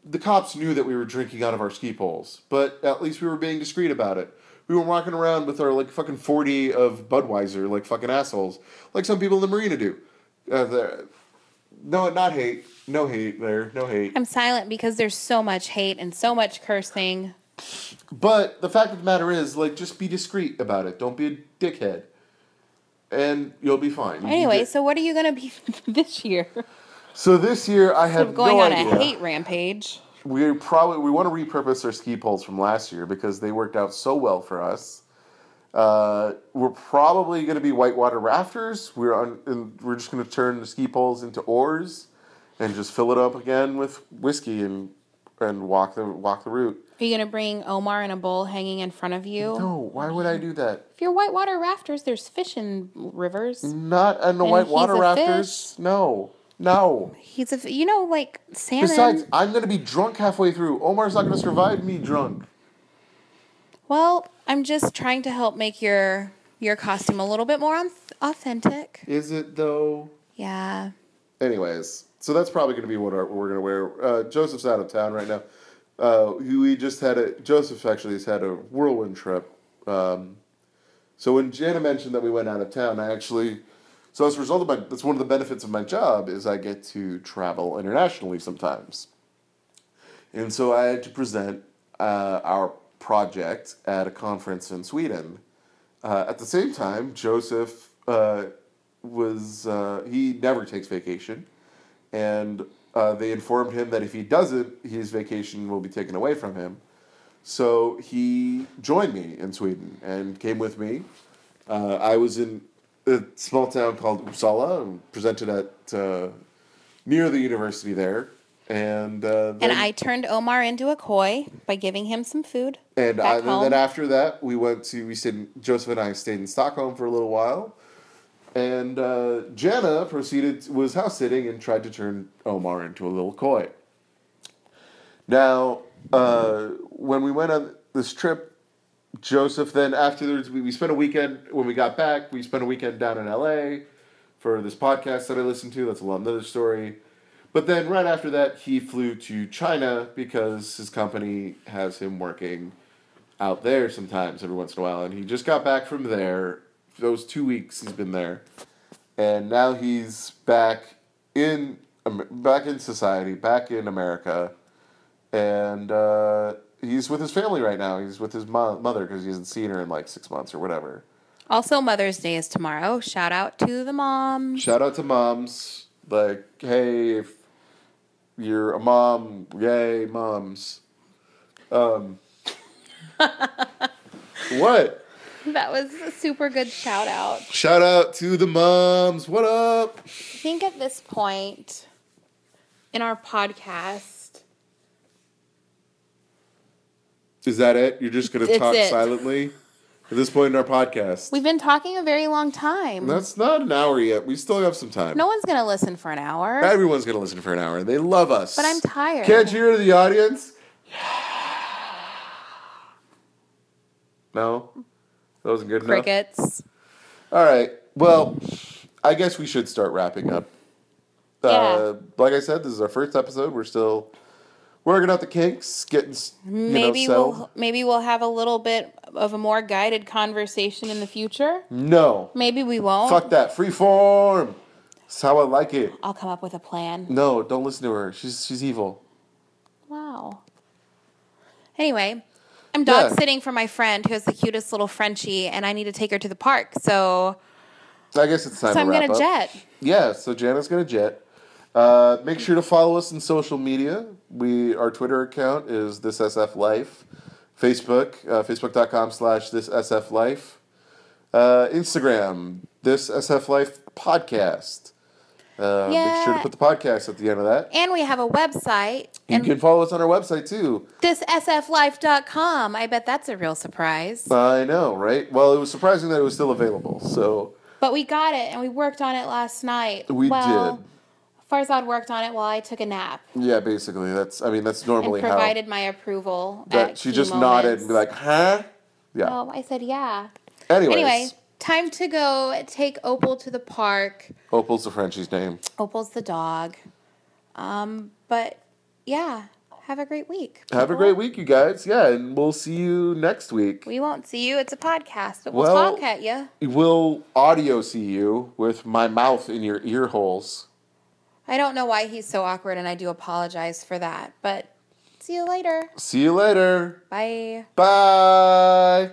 Speaker 1: The cops knew that we were drinking out of our ski poles, but at least we were being discreet about it. We were walking around with our like fucking 40 of Budweiser, like fucking assholes, like some people in the marina do. Uh, the- no, not hate. No hate there. No hate.
Speaker 2: I'm silent because there's so much hate and so much cursing.
Speaker 1: But the fact of the matter is, like, just be discreet about it. Don't be a dickhead, and you'll be fine. You can
Speaker 2: Anyway,
Speaker 1: get-
Speaker 2: so what are you gonna be this year?
Speaker 1: so this year I have
Speaker 2: Of going
Speaker 1: no
Speaker 2: on
Speaker 1: idea.
Speaker 2: a hate rampage.
Speaker 1: We probably we want to repurpose our ski poles from last year because they worked out so well for us. Uh, we're probably going to be whitewater rafters. We're on, and we're just going to turn the ski poles into oars, and just fill it up again with whiskey and and walk the walk the route.
Speaker 2: Are you gonna bring Omar in a bowl hanging in front of you?
Speaker 1: No, why would I do that?
Speaker 2: If you're whitewater rafters, there's fish in rivers.
Speaker 1: Mm. Not on the white
Speaker 2: he's
Speaker 1: water
Speaker 2: a
Speaker 1: rafters. No. No.
Speaker 2: He's a, f- you know, like salmon.
Speaker 1: Besides, I'm going to be drunk halfway through. Omar's not going to survive me drunk.
Speaker 2: well, I'm just trying to help make your your costume a little bit more on- authentic.
Speaker 1: Is it though?
Speaker 2: Yeah.
Speaker 1: Anyways, so that's probably going to be what, our, what we're going to wear. Uh, Joseph's out of town right now. Uh, we just had a Joseph actually has had a whirlwind trip. Um, so when Jana mentioned that we went out of town, I actually so as a result of my that's one of the benefits of my job is I get to travel internationally sometimes. And so I had to present uh, our project at a conference in Sweden. Uh, at the same time, Joseph uh, was, uh, he never takes vacation. And uh, they informed him that if he doesn't, his vacation will be taken away from him. So he joined me in Sweden and came with me. Uh, I was in a small town called Uppsala and presented at uh, near the university there. And, uh,
Speaker 2: And
Speaker 1: then-
Speaker 2: I turned Omar into a koi by giving him some food.
Speaker 1: and,
Speaker 2: back
Speaker 1: I, and then
Speaker 2: home.
Speaker 1: after that, we went to we stayed. In, Joseph and I stayed in Stockholm for a little while, and uh, Jana proceeded was house sitting and tried to turn Omar into a little koi. Now, uh, when we went on this trip, Joseph then afterwards we, we spent a weekend when we got back. We spent a weekend down in L.A. for this podcast that I listened to. That's a lot another story. But then right after that, he flew to China because his company has him working out there sometimes every once in a while, and he just got back from there. Those two weeks he's been there, and now he's back in Am- back in society, back in America, and uh, he's with his family right now. He's with his mo- mother because he hasn't seen her in like six months or whatever.
Speaker 2: Also, Mother's Day is tomorrow. Shout out to the mom.
Speaker 1: Shout out to moms. Like, hey, if you're a mom, yay, moms. Um, what?
Speaker 2: That was a super good shout out.
Speaker 1: Shout out to the moms. What up?
Speaker 2: I think at this point in our podcast,
Speaker 1: Is that it? You're just going to
Speaker 2: It's
Speaker 1: talk
Speaker 2: it.
Speaker 1: silently? At this point in our podcast.
Speaker 2: we've been talking a very long time.
Speaker 1: That's not an hour yet. We still have some time.
Speaker 2: no one's going to listen for an hour.
Speaker 1: Everyone's going to listen for an hour. They love us.
Speaker 2: But I'm tired.
Speaker 1: Can't you hear the audience? No? That wasn't good enough?
Speaker 2: Crickets.
Speaker 1: All right. Well, I guess we should start wrapping up. Uh, like I said, this is our first episode. We're still working out the kinks, getting s- you
Speaker 2: Maybe
Speaker 1: know,
Speaker 2: we'll maybe we'll have a little bit of a more guided conversation in the future.
Speaker 1: we'll no.
Speaker 2: Maybe we won't.
Speaker 1: Fuck that. Free form. That's how I like it.
Speaker 2: I'll come up with a plan.
Speaker 1: No, don't listen to her. She's she's evil.
Speaker 2: Wow. Anyway, I'm dog
Speaker 1: Yeah.
Speaker 2: sitting for my friend who has the cutest little Frenchie, and I need to take her to the park. So,
Speaker 1: I guess it's time
Speaker 2: so
Speaker 1: to
Speaker 2: I'm
Speaker 1: wrap
Speaker 2: gonna
Speaker 1: up.
Speaker 2: jet.
Speaker 1: Yeah, so Jana's gonna jet. Uh, make sure to follow us on social media. We our Twitter account is this SF Life, Facebook uh, facebook.com slash this SF Life, uh, Instagram this SF Life podcast. Uh, Make sure to
Speaker 2: Yeah.
Speaker 1: put the podcast at the end of that.
Speaker 2: And we have a website,
Speaker 1: You
Speaker 2: and
Speaker 1: can follow us on our website too.
Speaker 2: thissflife.com. I bet that's a real surprise.
Speaker 1: I know, right? Well, it was surprising that it was still available. So
Speaker 2: But we got it, and we worked on it last night.
Speaker 1: we
Speaker 2: well, Farzad worked on it while I took a nap
Speaker 1: did. Yeah, basically, that's. I mean, that's
Speaker 2: and
Speaker 1: normally how.
Speaker 2: provided my approval.
Speaker 1: That
Speaker 2: at
Speaker 1: she
Speaker 2: key
Speaker 1: just nodded and be
Speaker 2: moments.
Speaker 1: like, huh? Yeah.
Speaker 2: "Oh, I said yeah."
Speaker 1: Anyways,
Speaker 2: Anyway, time to go take Opal to the park.
Speaker 1: Opal's the Frenchie's name.
Speaker 2: Opal's the dog. Um, but yeah, have a great week.
Speaker 1: Have a
Speaker 2: people.
Speaker 1: great week, you guys. Yeah, and we'll see you next week.
Speaker 2: We won't see you. It's a podcast, but we'll,
Speaker 1: Well-
Speaker 2: talk at you.
Speaker 1: We'll audio see you with my mouth in your ear holes.
Speaker 2: I don't know why he's so awkward, and I do apologize for that. But see you later.
Speaker 1: See you later.
Speaker 2: Bye.
Speaker 1: Bye.